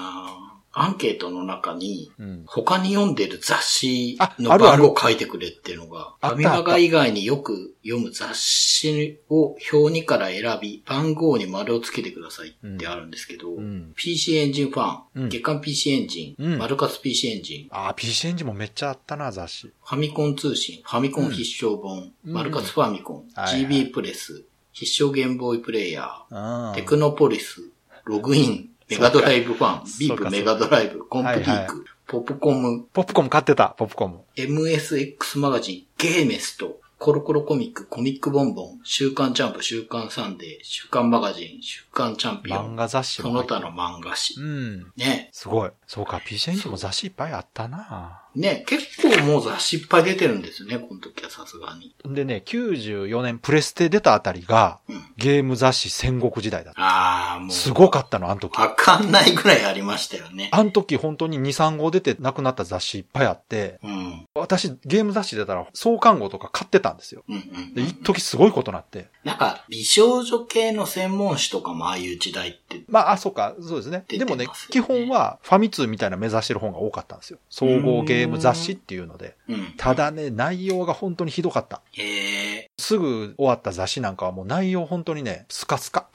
ぁアンケートの中に、うん。他に読んでる雑誌あのあるあ番る号を書いてくれっていうのが、あったファミマガ以外によく読む雑誌を表2から選び、番号に丸をつけてくださいってあるんですけど、うん。 PC エンジンファン、うん月間 PC エンジン、うんマルカス PC エンジン、ああ、PC エンジンもめっちゃあったな、雑誌。ファミコン通信、ファミコン必勝本、うんマルカスファミコン、はいはい GB プレス、必勝ゲームボーイプレイヤー、うん。テクノポリス、ログイン、メガドライブファン、ビそーうかプメガドライブ、コンプリーク、はいはいポップコム、ポップコム買ってた、ポップコム。 MSX マガジン、ゲーメスト、コロコロコミック、コミックボンボン、週刊ジャンプ、週刊サンデー、週刊マガジン、週刊チャンピオ漫ン、画雑誌そもの入って他の漫画誌。うん。ね。すごい。そうか、PC エンジンも雑誌いっぱいあったな。ね、結構もう雑誌いっぱい出てるんですよね、この時はさすがに。でね、94年プレステ出たあたりが、うん。ゲーム雑誌戦国時代だった。ああ、もう。すごかったの、あの時。わかんないぐらいありましたよね。あの時本当に2、3号出てなくなった雑誌いっぱいあって、うん。うん私ゲーム雑誌出たら創刊号とか買ってたんですよ。うんうん。で、一時すごいことになって。なんか、美少女系の専門誌とかもああいう時代って。まあ、あ、そうか、そうですね。出でてますもよね、ね基本はファミ通みたいな目指してる本が多かったんですよ。総合ゲーム雑誌っていうので。うん。ただね、内容が本当にひどかった。へえ。すぐ終わった雑誌なんかはもう内容本当にね、スカス カ。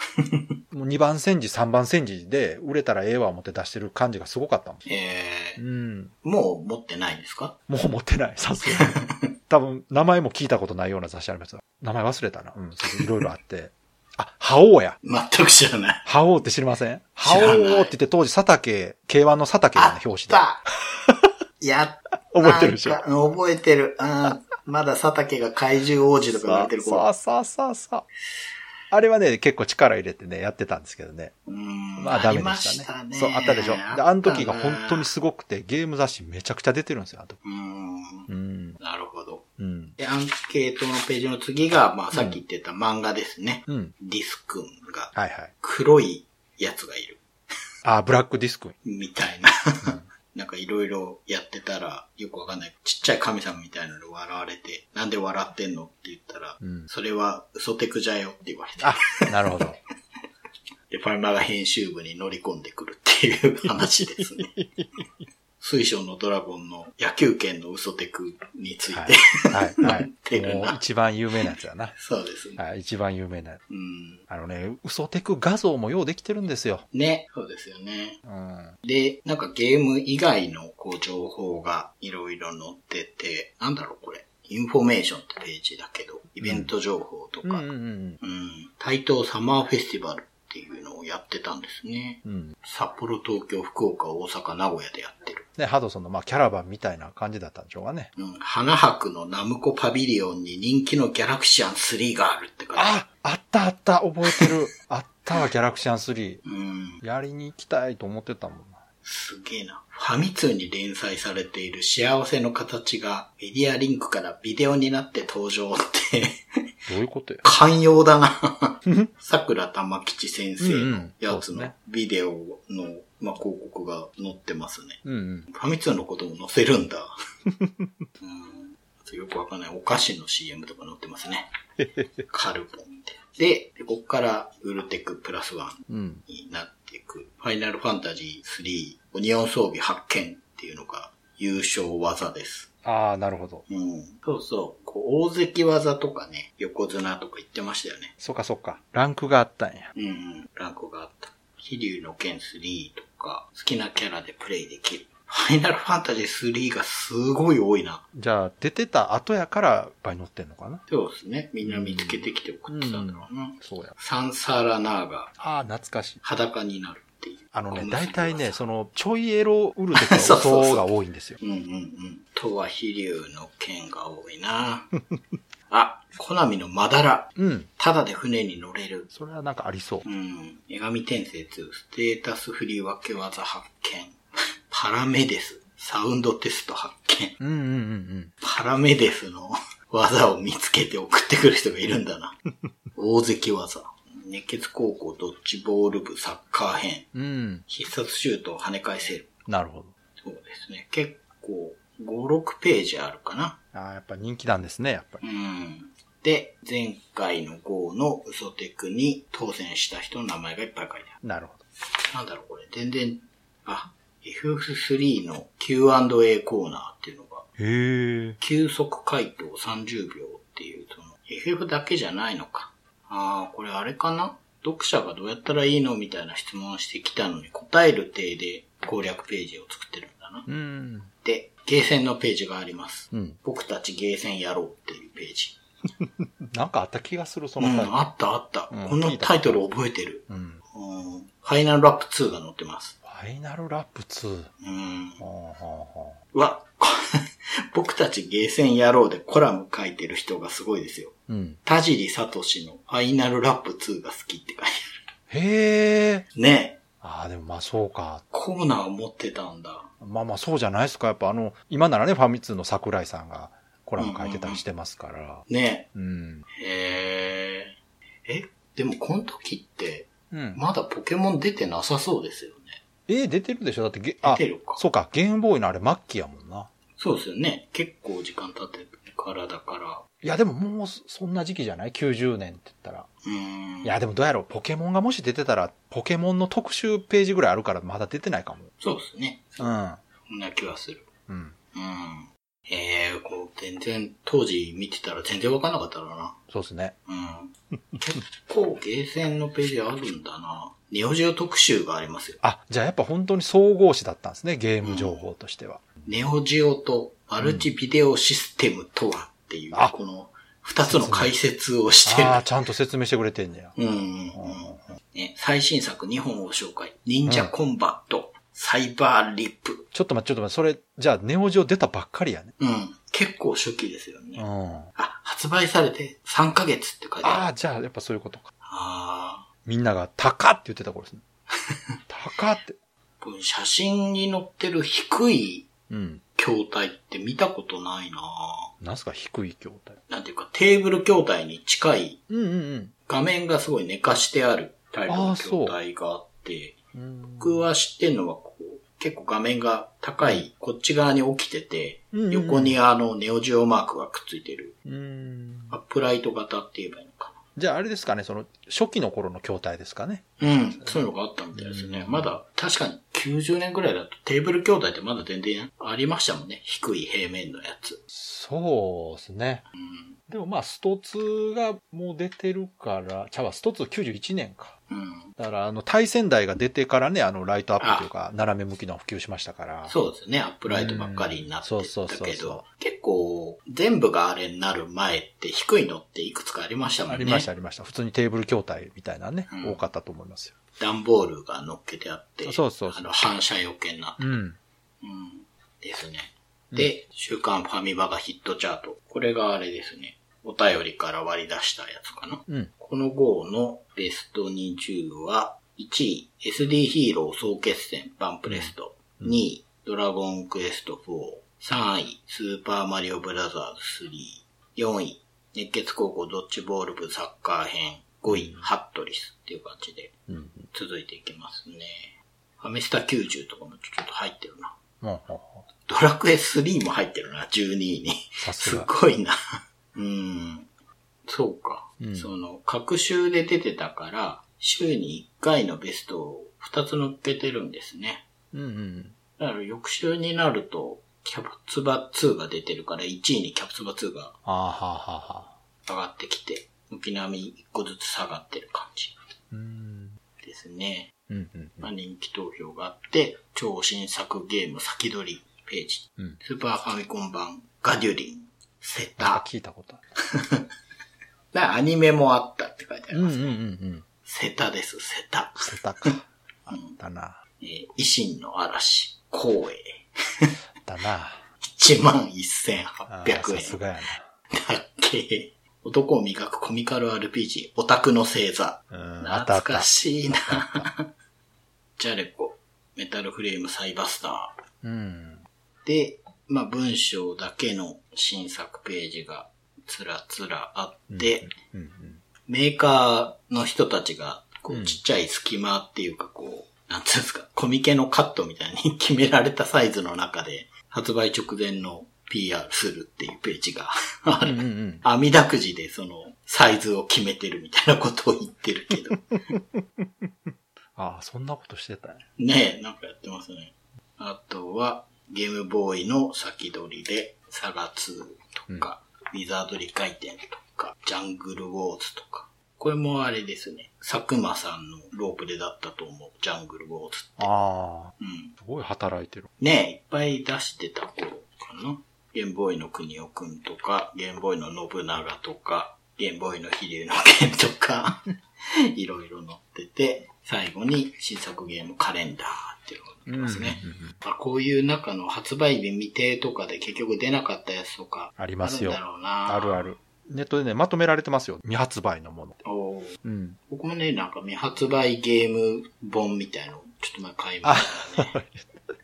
もう2番煎じ、3番煎じで売れたらええわ思って出してる感じがすごかったもん。えうえ。ん。もう持ってないんですかもう持ってない、さすが に。多分、名前も聞いたことないような雑誌ありますよ名前忘れたな。うん、そういろいろあって。あ、覇王や。全く知らない。覇王って知りません知覇らない王って言って当時佐竹、K1 の佐竹のあっ表紙で。た やっ覚えてるでしょなんか覚えてる。うん。まだ佐竹が怪獣王子とか言われてるさ頃。あさあさあさあ。あれはね、結構力入れてね、やってたんですけどね。うん。まあダメでしたね。りそまう、あったでしょ。で、あの時が本当にあっすごくて、ゲーム雑誌めちゃくちゃ出てるんですよ、あの時たなうん。うん。なるほど。うん。で、アンケートのページの次が、まあさっき言ってた漫画ですね。うん。ディス君がはいはい。黒いやつがいる。あ、ブラックディスク。みたいな。うんなんかいろいろやってたら、よくわかんない。ちっちゃい神様みたいなので笑われて、なんで笑ってんのって言ったら、うんそれは嘘テクじゃよって言われて。あ、なるほ ど。で、ファミマが編集部に乗り込んでくるっていう話で すね。水晶のドラゴンの野球拳の嘘テクについて。はい。はい。はい。もう一番有名なやつやな。そうですね。はい。一番有名なやつ。うん。あのね、嘘テク画像もようできてるんですよ。ね、そうですよね。うん。で、なんかゲーム以外のこう情報がいろいろ載ってて、なんだろうこれ。インフォメーションってページだけど、イベント情報とうんうか、んうんうん、台東サマーフェスティバルっていうのをやってたんですね。うん。うん。札幌、東京、福岡、大阪、名古屋でやってる。ね、ハドソンのまあキャラバンみたいな感じだったんでしょうかね。うん。花博のナムコパビリオンに人気のギャラクシアン3があるって感ああったあった覚えてるあったわ、ギャラクシアン3。じ。うん。やりに行きたいと思ってたもんな。すげえな。ファミ通に連載されている幸せの形がメディアリンクからビデオになって登 場って、どういうことや寛容だな。桜玉吉先生うんのやつうんそうですのねビデオの、まあ、広告が載ってますね。うんうん。ファミ通のことも載せるんだ。うんあとよくわかんないお菓子の CM とか載ってますね。カルボンって。で、でここからウルテクプラスワンうん。になっていく。ファイナルファンタジー3、オニオン装備発見っていうのが優勝技です。ああ、なるほど。うん。そうそう。こう、大関技とかね、横綱とか言ってましたよね。そっかそっか。ランクがあったんや。うんうん。ランクがあった。飛竜の剣3とか、好きなキャラでプレイできる。ファイナルファンタジー3がすごい多いな。じゃあ、出てた後やからいっぱい乗ってんのかなそうですね。みんな見つけてきて送ってたんだろうな。そうや。サンサーラナーがああ、懐かしい。裸になるっていう。あのね、大小結び技体ね、その、ちょいエロウルテクそうそうのそう音が多いんですよ。うんうんうん。とは飛竜の剣が多い なあ、コナミのマダラ。うん。ただで船に乗れる。それはなんかありそうう。ん。女神転生2、ステータス振り分け技発見。 パラメデス。サウンドテスト発見。うんうんうんうん。パラメデスの技を見つけて送ってくる人がいるんだな。大関技。熱血高校ドッジボール部サッカー編。うん。必殺シュートを跳ね返せる。なるほど。そうですね。結構、5、6ページあるかな。ああ、やっぱ人気なんですね、やっぱり。うん。で、前回の GO の嘘テクに当選した人の名前がいっぱい書いてあなるほど。る。なんだろう、これ。全然、あ、FF3 の Q&A コーナーっていうのが、へえ。急速回答30秒っていう、その、FF だけじゃないのか。ああ、これあれかな読者がどうやったらいいのみたいな質問をしてきたのに答える体で攻略ページを作ってるんだな。うん。で、ゲーセンのページがあります。うん。僕たちゲーセンやろうっていうページ。なんかあった気がする、そうんの回。あったあった。うんこのタイトル覚えてる。うん。うんファイナルラップ2が載ってます。ファイナルラップ2。うん。はあはあはあ。うわ、 こ僕たちゲーセン野郎でコラム書いてる人がすごいですよ。うん。田尻聡のファイナルラップ2が好きって書いてあへえ。る。ねえ、ああ、でもまあそうか。コーナーを持ってたんだ。まあまあそうじゃないですか。やっぱあの、今ならね、ファミ通の桜井さんがコラム書いてたりしてますから。ねうん。え。へえ。え、でもこの時って、うん。まだポケモン出てなさそうですよね。えー、出てるでしょだってゲ、あ出、てるか。そうか、ゲームボーイのあれ末期やもんな。そうですよね。結構時間経ってるからだから。いやでももうそそんな時期じゃない ?90 年って言ったら。うん。いやでもどうやろうポケモンがもし出てたら、ポケモンの特集ページぐらいあるからまだ出てないかも。そうですね。うん。そんな気はする。うん。うん。ええこう、全然、当時見てたら全然わかんなかったからな。そうですね。 うん。結構、ゲーセンのページあるんだな。ネオジオ特集がありますよ。あ、じゃあやっぱ本当に総合誌だったんですね。ゲーム情報としては。ネオジオとマルチビデオシステムとはっていう、あこの二つの解説をしてるあ。あ、ちゃんと説明してくれてんねや。うんうんうん。ね、最新作2本を紹介。忍者コンバット、サイバーリップ。ちょっと待って、ちょっと待って、それ、じゃあネオジオ出たばっかりやね。うん。結構初期ですようん。ね。ああ、発売されて3ヶ月って書いてある。あ、じゃあやっぱそういうことか。あーみんなが、高って言ってた頃です ね。高って。写真に載ってる低いうん。筐体って見たことないなぁなんすか、低い筐体。なんていうか、テーブル筐体に近い、うんうん画面がすごい寝かしてあるタイプあーのそう筐体があって、うん。僕は知ってんのはこう、結構画面が高い、こっち側に起きてて、うんうんうん横にあの、ネオジオマークがくっついてる、うんアップライト型って言えばいいのかじゃああれですかね、その、初期の頃の筐体ですかね。な。うん、そういうのがあったみたいですね。うんまだ、確かに90年ぐらいだとテーブル筐体ってまだ全然ありましたもんね。低い平面のやつ。そうですね。うんでもまあ、スト2がもう出てるから、ちゃうわ、スト2 91年か。うんだから、あの、対戦台が出てからね、あの、ライトアップというか、斜め向きの普及しましたから。そうですね、アップライトばっかりになってうんそうそうたそうけそうど、結構、全部があれになる前って低いのっていくつかありましたもんあね。りました、ありました。普通にテーブル筐体みたいなね、うん多かったと思いますよ。段ボールが乗っけてあって、そうそうそうあの反射よけになって、うん。うんですね。で、週刊ファミマがヒットチャート。これがあれですね。お便りから割り出したやつかな。うん。この号のベスト20は、1位、SD ヒーロー総決戦、バンプレスト。2位、ドラゴンクエスト4。3位、スーパーマリオブラザーズ3。4位、熱血高校ドッジボール部サッカー編。5位、ハットリスっていう感じでうん。続いていきますね。ファミスタ90とかもちょっと入ってるな。うんうんうんドラクエ3も入ってるな、12位に。さすすが。ごいな。うん。そうか。うんその、各週で出てたから、週に1回のベストを2つ乗っけてるんですね。うんうん。だから翌週になると、キャプツバ2が出てるから、1位にキャプツバ2があーはあはあはあ。上がってきて、沖縄に1個ずつ下がってる感じうん。ですね。うんうんうまあ、ん。人気投票があって、超新作ゲーム先取りページ。うん。スーパーファミコン版、ガデュリン、セなんかタ。聞いたことあだアニメもあったって書いてある。りうんうまんす。うんうん。セタです、セタ。捨てたか。あうっんたな。えー維新の嵐、光栄。だな。あー11,800さす円。がやだっけ。男を磨くコミカル RPG、オタクの星座。な。うん。あったあ懐ったか。しいな。ジャレコ、メタルフレームサイバスタうん。ー。で、まあ文章だけの新作ページがつらつらあって、うんうん。メーカーの人たちが、こうう、んちっちゃい隙間っていうか、こう、なんつうんですか、コミケのカットみたいに決められたサイズの中で、発売直前の PR するっていうページがあうんる。うんうん。網だくじでその、サイズを決めてるみたいなことを言ってるけど。ああ、そんなことしてたね。ねえ、なんかやってますね。あとは、ゲームボーイの先取りで、サガ2とか、ウィザードリ回転とか、ジャングルウォーズとか。これもあれですね。佐久間さんのロープレだったと思う。ジャングルウォーズ。ああ、うん。すごい働いてる。ねえ、いっぱい出してた頃かな。ゲームボーイの国尾くんとか、ゲームボーイの信長とか、ゲームボーイの飛龍の剣とか、 いろいろ載ってて、最後に新作ゲームカレンダーっていうのが載ってますね。うんうんうんまあ、こういう中の発売日未定とかで結局出なかったやつとかありあまるすんよ。だろうな。あるあ。る。ネットでね、まとめられてますよ。未発売のもの。おーうん。僕もね、なんか未発売ゲーム本みたいのちょっと前買いましたね。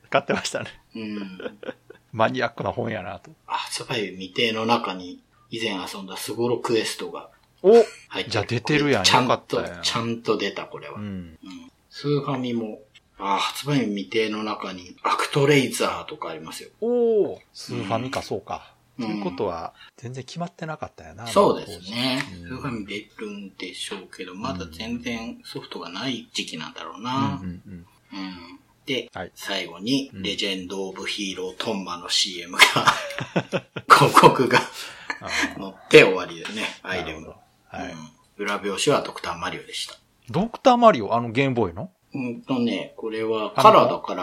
買ってましたね。うん。マニアックな本やなと。発売日未定の中に以前遊んだスゴロクエストがお入ってじゃあ出てるやんちゃんよかったとやん、ちゃんと出たこれは。うん。スーファミも、あー発売日未定の中にアクトレイザーとかありますよ。おおスーファミか、そうか。うんということは、全然決まってなかったやな。そうですね。うんスーファミ出るんでしょうけど、まだ全然ソフトがない時期なんだろう当な時。。うんうんうん。うんで、はい最後に、うんレジェンド・オブ・ヒーロー・トンマの CM が、 広告があ載って終わりですね、ーアイレなるムほ。どはい。うん裏表紙はドクター・マリオでした。ドクターマリオ、あのゲームボーイのうんとね、これはファミコンカラーだか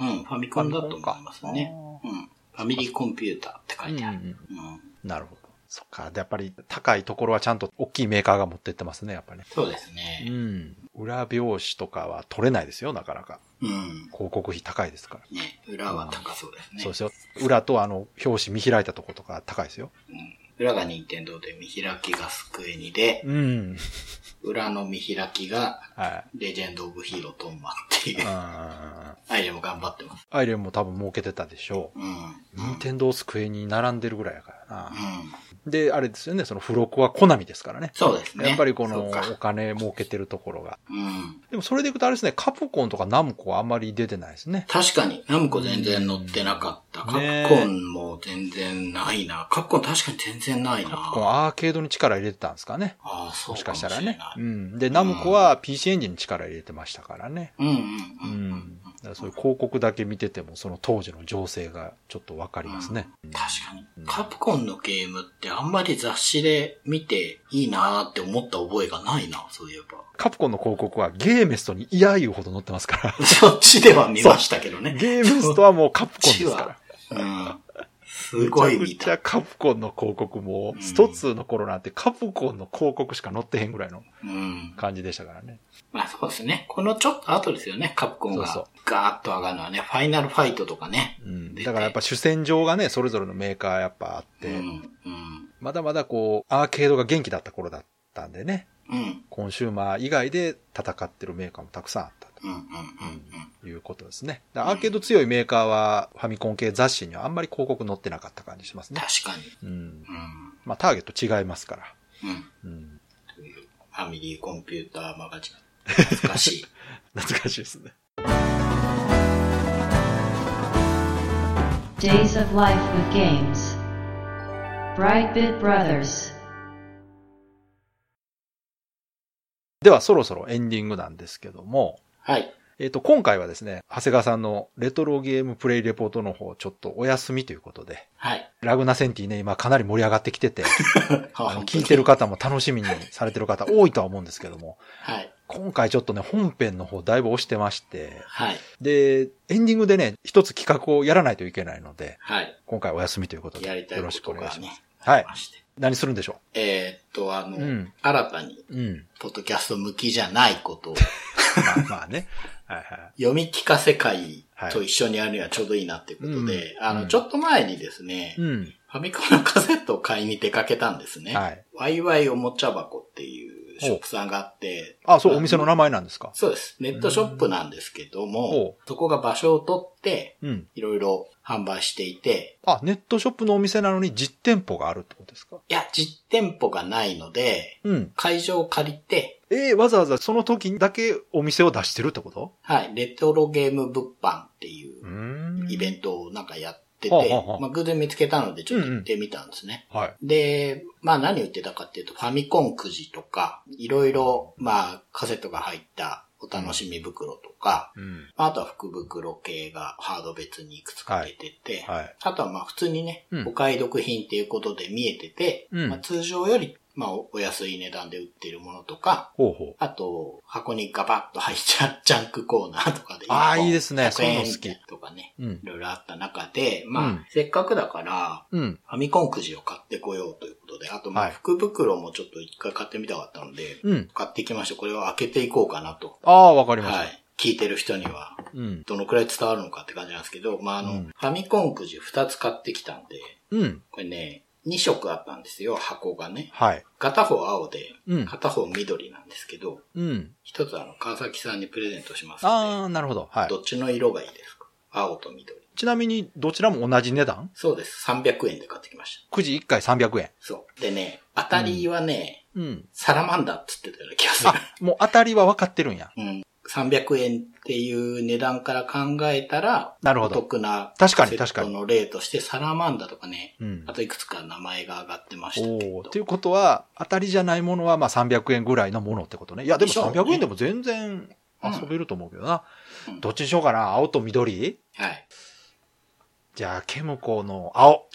ら、うん、ファミコンだと思いますね。フうん。ファミリーコンピューターって書うんういんてある。うん。うん。なるほど。そっか。で、やっぱり高いところはちゃんと大きいメーカーが持ってってますね、やっぱりね。そうですうね。ん。裏表紙とかは取れないですよ、なかなか。うん。広告費高いですから。ね、裏は高そうですね。そうですよ。裏とあの、表紙見開いたとことか高いですよ。裏が任天堂で見開きがスクエニで、うん。裏の見開きがはレジェンド・オブ・ヒーロー・トンマっていい。うう。ん。アイレも頑張ってます。アイレンも多分儲けてたでしょう。うん。うん。任天堂机に並んでるぐらいやからなう。ん。で、あれですよね、その付録はコナミですからね。そうですね。やっぱりこそのうかお金儲けてるところが。うん。でもそれでいくとあれですね、カプコンとかナムコはあんまり出てないですね。確かに、ナムコ全然乗ってなかった。カねプコンも全然ないな。カプコン確かに全然ないな。カプコンアーケードに力入れてたんですかね。ああ、そうもしかかもししたれならい。ね。うん。で、ナムコは PC エンジンに力入れてましたからね。うんうんううん。ん。だからそういう広告だけ見てても、その当時の情勢がちょっとわかりますね。確かにうん。カプコンのゲームってあんまり雑誌で見ていいなーって思った覚えがないな、そうい えば。カプコンの広告はゲーメストに嫌言うほど載ってますから。 そっちでは見ましたけどね。ゲーメストはもうカプコンですから。うん。すごいめち見ゃくちゃた。カプコンの広告もう、んスト2の頃なんてカプコンの広告しか載ってへんぐらいのうん。感じでしたからね。まあそうですね。このちょっと後ですよね、カプコンそうがガーッと上がるのはね、ファイナルファイトとかね。うん。出てだからやっぱ主戦場がね、それぞれのメーカーやっぱあっうて、ん。うん。まだまだこう、アーケードが元気だった頃だったんでね、うん。コンシューマー以外で戦ってるメーカーもたくさんあったうん。うん。うん。ということですね。だからアーケード強いメーカーはファミコン系雑誌にはあんまり広告載ってなかった感じしますね。確かに。うん。うまあターゲット違いますから。ん。うん。うん。という、ファミリーコンピューターマガジン。懐 かしい。懐かしいですね。 Days of Life with Games. Brightbit Brothers. ではそろそろエンディングなんですけども、はい。えっ、と、今回はですね、長谷川さんのレトロゲームプレイレポートの方、ちょっとお休みということで、はい。ラグナセンティね、今かなり盛り上がってき てて、あ本の、当聞いにてる方も楽しみにされてる方多いとは思うんですけども、はい。今回ちょっとね、本編の方だいぶ押してまして、はい。で、エンディングでね、一つ企画をやらないといけないので、はい。今回お休みということで、やりたいよろこしくおと願いがします。ね、はあいり。まして。何するんでしょえーっと、あの、うん新たに、う うん。ポッドキャスト向きじゃないことを、まあまあね。はいはい。読み聞かせ会と一緒にやるにはちょうどいいなっていうことで、うんあうんの、ちょっと前にですね、うん。ファミコンのカセットを買いに出かけたんですね。はい。ワイワイおもちゃ箱っていうショップさんがあって、あ、そう、お店の名前なんですかそうです。ネットショップなんですけどおうも、そこが場所を取って、うん。いろいろ販売していて、あ、ネットショップのお店なのに実店舗があるってことですかいや、実店舗がないので、うん。会場を借りて、えーわざわざその時だけお店を出してるってことはい、レトロゲーム物販っていううーんイベントをなんかやってうんはあてはあはあ、まあ、偶然見つけたのでちょっと行ってみたんですね。はい。で、まあ何売ってたかっていうと、ファミコンくじとか、いろいろ、まあカセットが入ったお楽しみ袋とか、うん。あとは福袋系がハード別にいくつか出てて、はい。あとはまあ普通にね、うんお買い得品っていうことで見えてて、うんまあ、通常より、まあおお安い値段で売ってるものとか、ほうほう。あと、箱にガバッと入っちゃうジ ャンクコーナーとかで。あーいいですね100円そういうのとかね。うんい。ろいろあった中で、まあ、うんせっかくだから、うん。ファミコンくじを買ってこようということで、あとまはあ、い福袋もちょっと一回買ってみたかったので、うん。買ってきました。これを開けていこうかなと。ああ、わかりました。はい。聞いてる人には、うん。どのくらい伝わるのかって感じなんですけど、まあ、あの、うんファミコンくじ2つ買ってきたんで、うん。これね、2色あったんですよ、箱がね。はい。片方青で、うん。片方緑なんですけど、うん。一つあの、川崎さんにプレゼントしますあのあ、なるほど。はで、い。どっちの色がいいですか青と緑。ちなみに、どちらも同じ値段そうです。300円で買ってきました。くじ1回300円。そう。でね、当たりはね、うん。サラマンダーっつってたような気がするあ。、もう当たりは分かってるんや。うん。300円っていう値段から考えたら、なるほおど。得な、確かに確かにセットの例として、サラマンダーとかね、うんあ。といくつか名前が上がってましたけおおど。ということは、当たりじゃないものは、まあ300円ぐらいのものってことね。いや、でもでしょうね300円でも全然遊べると思うけどな。うんどっちにしようかな。青と緑はい。じゃあ、ケムコの青。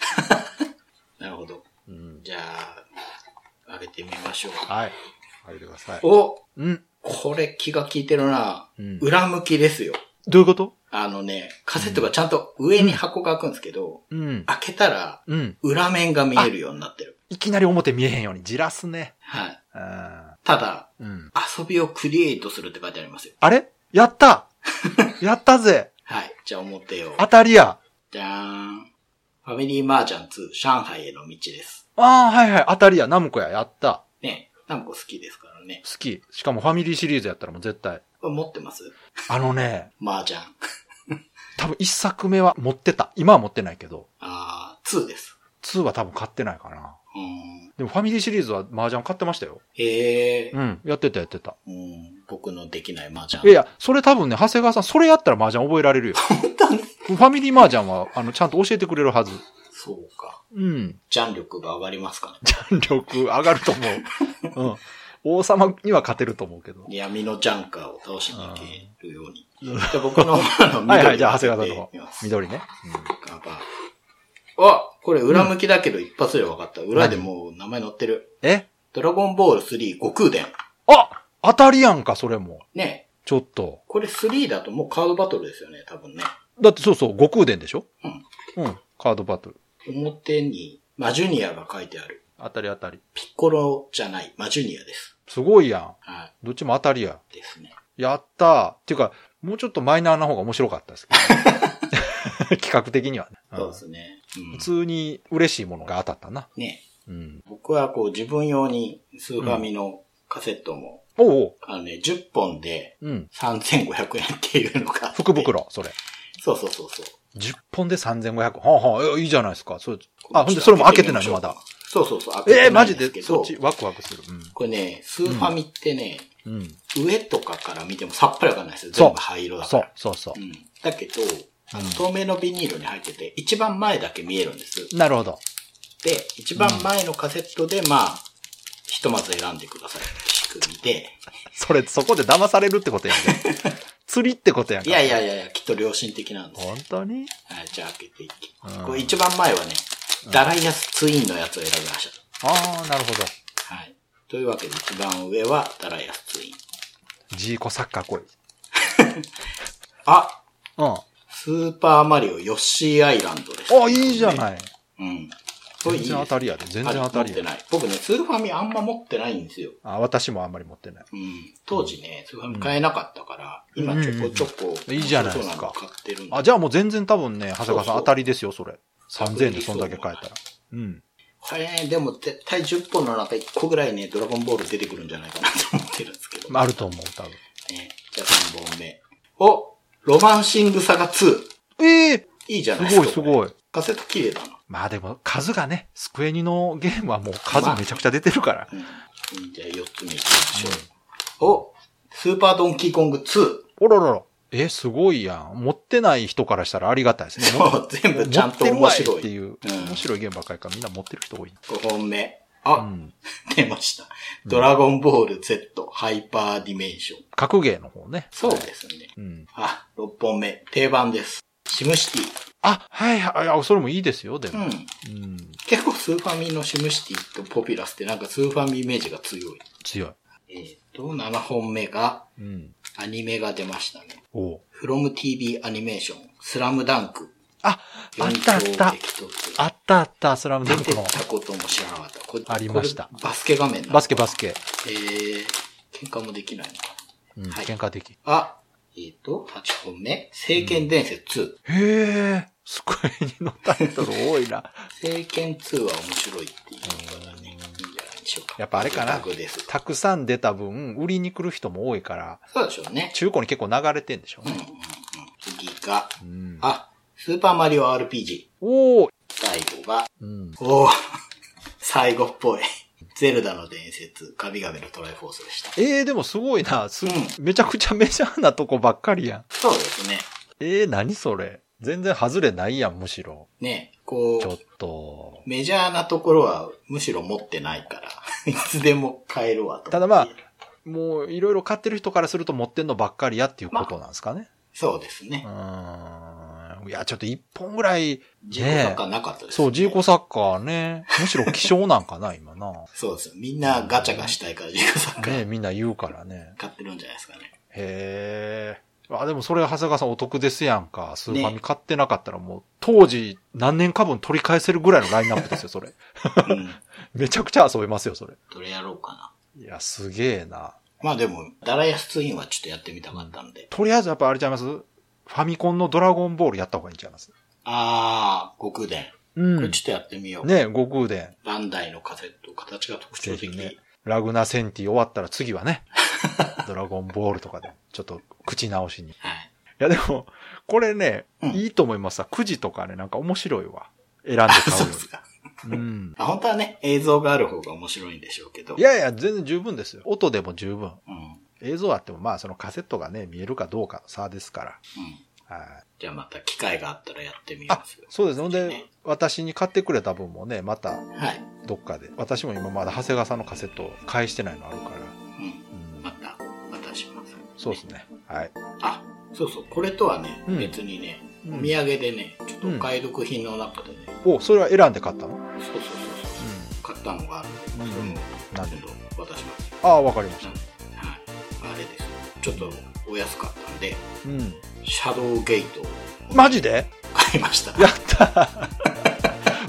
なるほど。うん。じゃあ、上げてみましょう。はい。入ってください。おうん。これ気が利いてるな。うん裏向きですよ。どういうことあのね、カセットがちゃんと上に箱が開くんですけど、うん。開けたらうん。裏面が見えるようになってる。いきなり表見えへんようにじらすね。はい。うんただ、うん。遊びをクリエイトするって書いてありますよ。あれやった やったぜはい。じゃあ表を。当たりやじゃーん。ファミリーマージャン2、上海への道です。ああ、はいはい、当たりや、ナムコや、やった。ね。ナムコ好きですからね。好き。しかもファミリーシリーズやったらもう絶対。これ持ってますあのね、マージャン。多分一作目は持ってた。今は持ってないけど、あー、2です。 2は多分買ってないかな。うーん。でもファミリーシリーズは麻雀買ってましたよ。へえう。ん、やってたやってた。うん。僕のできないマージャン。いやいや、それ多分ね、長谷川さん、それやったら麻雀覚えられるよ。ファミリー麻雀は、あの、ちゃんと教えてくれるはず。そうか。うん。ジャン力が上がりますかね。力上がると 思う。うん。王様には勝てると思うけど。闇のジャンカーを倒しに行けるように。じゃ あ僕の、あはの、いはい、緑じをゃあ、長開け谷川さんての方みます。緑ね。カバーあこれ裏向きだけど一発で分かった。裏でもう名前載ってる。えドラゴンボール3、悟空伝。あ当たりやんか、それも。ね。ちょっと。これ3だともうカードバトルですよね、多分ね。だってそうそう、悟空伝でしょうん。うん。カードバトル。表にマジュニアが書いてある。当たり当たり。ピッコロじゃない、マジュニアです。すごいやん。はどっちも当たりや。い。ですね。やったー。っていうか、もうちょっとマイナーな方が面白かったです けど。企画的にはね。うんそうですね。普う通に嬉しいものが当たったな。ん、ね。うん。僕はこう自分用にスーファミのカセットも、おうおう。あのね、10本でうん。 3500円っていうのがあって。福袋、それ。そうそうそうそう。 10本で3500。はあはあ、えいいじゃないですか。そうあ、ほんで、それも開けてないのまだ。。そうそうそう。開けえてー、なマいんジすでけ、どそっち、ワクワクする。うこれね、スーファミってね、ん。うん。上とかから見てもさっぱりわかんないですよ。そう全部灰色だかそら。う、そうそうう。ん。だけど、あの透明のビニールに入ってて、一番前だけ見えるんです。なるほど。で、一番前のカセットで、まあ、ひとまず選んでくださいって仕組みで、それ、そこで騙されるってことやん け。釣りってことやんいか。やいやいやいや、きっと良心的なんですよ。本当にはい、じゃあ開けていきうん。これ一番前はね、ダライアスツインのやつを選びましああ、なるほど。た。はい。というわけで一番上はダライアスツイン。ジーコサッカー来い。あ、うん。あスーパーマリオヨッシーアイランドです。いいじゃない。うん。こ全れいいで然当すたりやで。全然当たりはい持ってや。ない。僕ね、スーファミあんま持ってないんですよ。あ、私もあんまり持ってない。うん。当時ね、スーファミ買えなかったから、今ちょこちょこ、うんいいじゃないですかそうの買ってるんであ、じゃあもう全然多分ね、長谷川そさうんそう当たりですよ、それ。3000円でそんだけ買えたら。うん。これね、でも絶対10本の中1個ぐらいね、ドラゴンボール出てくるんじゃないかなと思ってるんですけど。あると思う、多分。ね、じゃあ3本目。おロマンシングサガ2。ええいいじゃないですすか。ごいすい。ごい。カセット綺麗だな。まあでも、数がね、スクエニのゲームはもう数めちゃくちゃ出てるから。うん。じゃあ4つ目いきましょう。おスーパードンキーコング2。おろろろ。え、すごいやん。持ってない人からしたらありがたいですね。 そう、全部ちゃんと面白持ってい。るわっていう、面白いゲームばっかりからみんな持ってる人多いな。 5本目。うあ、ん。出ました。ドラゴンボール Z ハイパーディメンション。格ゲーの方ね。そうですね。うん。あ、6本目。定番です。シムシテあ、はいはい。あ、それもいいですよ、でィ。うも。ん。うん。結構スーファミのシムシティとポピュラスってなんかスーファミイメージが強い。強い。えっ、と、7本目が、うん。アニメが出ましたね。おう from TV アニメーション、スラムダンク。あ、あったあった四。強激突あったあった、スラムダン出クての。たことも知らなかった。これありましたこれバスケ画面なのバスケバスケ。えー、喧嘩もできないのかうん。はい喧嘩的。な。あ、えっ、と、8本目。聖剣伝説2。へえ、スクエニのタイトル多い な。聖剣2は面白いっていうのがね、いいんじゃないでしょうか。やっぱあれかなタグです。たくさん出た分、売りに来る人も多いから、そうでしょうね。中古に結構流れてんでしょううんうんうね。ん。次が、うん。あ、スーパーマリオ RPG。おー最後が、うん。おお最後っぽい。ゼルダの伝説、神々のトライフォースでした。ええでもすごいな。す、うんめちゃくちゃメジャーなとこばっかりやん。そうですね。ええ何それ。全然外れないやん、むしろ。ね、こちょっう、と。メジャーなところはむしろ持ってないから、いつでも買えるわと。ただまあ、もういろいろ買ってる人からすると持ってんのばっかりやっていうことなんですかね。そうですね。うーん。いや、ちょっと一本ぐらい、自己ね作。家なかったです、ね。そう、ジーコサッカーね。むしろ希少なんかな、今な。 ねそうですよ。みんなガチャがしたいから自己作家えみんな言うからね。買ってるんじゃないですかね。へえ。あ、でもそれ、長谷川さんお得ですやんか。スーファミね買ってなかったらもう、当時何年か分取り返せるぐらいのラインナップですよ、それ。うん。 めちゃくちゃ遊べますよ、それ。どれやろうかな。いや、すげえな。まあでも、ダラヤスツインはちょっとやってみたかったんで。とりあえずやっぱあれちゃいますファミコンのドラゴンボールやった方がいいんちゃいますあー、極伝。うこれん。ちょっとやってみよう。ね、悟空伝。バンダイのカセット、形が特徴ぜひ的。ね。ラグナセンティ終わったら次は ね、ドラゴンボールとかで、ちょっと口直しに。いはい。やでも、これね、うんいいと思いますさ。くじとかね、なんか面白いわ。選んであ、買そううでよすか。り。うん。あ、本当はね、映像がある方が面白いんでしょうけど。いやいや、全然十分ですよ。音でも十分。うん。うん。映像あっても、まあ、そのカセットがね、見えるかどうかの差ですから。はい。じゃあまた機会があったらやってみあますよ、。そうです。ほんで、私に買ってくれた分もね、またはい。どっかで。私も今まだ長谷川さんのカセットを返してないのあるから。うん。うんまた、またします。そうですね。はい。あ、そうそう。これとはね、うん別にね、うんお土産でね、ちょっとお買い得品の中でね、お、それは選んで買ったのうん。そうそうそうそう。買ったのがあるんで、それうんもなる今度渡します。ああ、わかりましはい。あれです。ちょっとお安かったんで、た。うん。シャドウゲイトをマジで 買いました。やった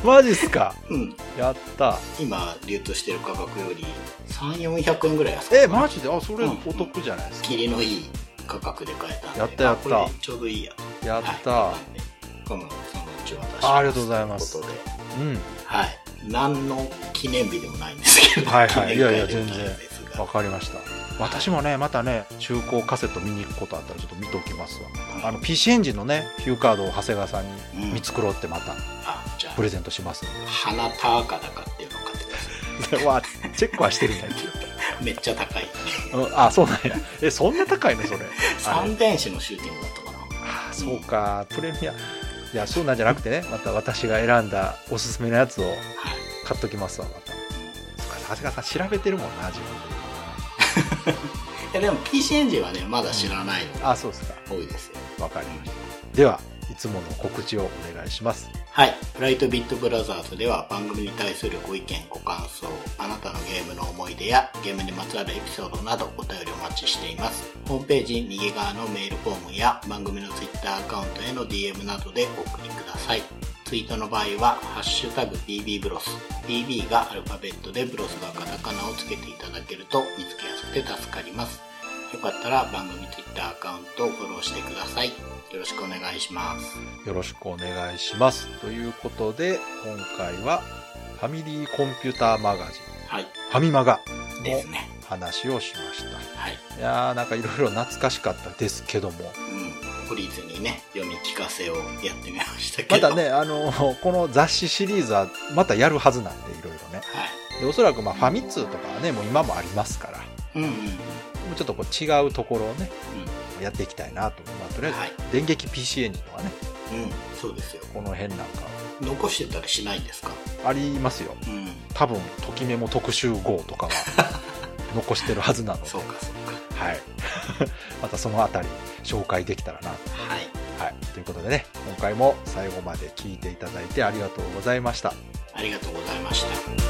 マジっすかうん。やった。今、流通してる価格より3、400円ぐらい安くえ、マジであ、それうんお得じゃないですか。切りのいい価格で買えたんで。やったやったあこれちょうどいいや。やったは。い、今度、そのうち渡しあありがとうございますということで。うん。はい。何の記念日でもないんですけど。はいはい記念会いやいやでもな全然ですわが。かりました。私もね、またね、中古カセット見に行くことあったらちょっと見ておきますわ。あの、PC エンジンのね、ヒューカードを長谷川さんうにん見繕ってまたあ、じゃあプ、レゼントし ますんで。花高かだかっていうのを買ってくださそれはチェックはしてるんだけい。めっちゃ高い。ど。 うんあ、そうなんや。え、そんな高いの それ。あれ三電子のシューティングだったかな。あそうか、プレミア。いや、そうなんじゃなくてね、また私が選んだおすすめのやつをはい。買っときますわ、また。そっか、長谷川さん調べてるもんな、自分いやでも PC エンジンはね、まだ知らないので。あ、そうですか。多いですよ。わかりました。では、いつもの告知をお願いします。はい。フライトビットブラザーズでは番組に対するご意見、ご感想、あなたのゲームの思い出やゲームにまつわるエピソードなどお便りお待ちしています。ホームページ右側のメールフォームや番組のツイッターアカウントへの DM などでお送りください。ツイートの場合は、ハッシュタグ BB ブロス。BB がアルファベットでブロスがカタカナをつけていただけると見つけやすくて助かります。よかったら番組ツイッターアカウントをフォローしてください。よろしくお願いします。よろしくお願いします。ということで、今回は、ファミリーコンピューターマガジン、はい。ファミマガですのね。話をしました。はい。いやーなんかいろいろ懐かしかったですけどもうん、懲りずにね読み聞かせをやってみましたけまどたねあのこの雑誌シリーズはまたやるはずなんでいろいろねはいでおそらくまあファミ通とかはねもう今もありますからもうんうんうんうちょっとこう違うところをねやっていきたいなと、まあ、とりあえず、はい電撃 PC エンジンとかねうんそうですよこの辺なんか残してたりしないんですかはありますようん多分「ときめも特集号」と かは残してるはずなのでそうかそうはい またそのあたり紹介できたらなとかはいはい、ということでね今回も最後まで聞いていただいてありがとうございましたありがとうございました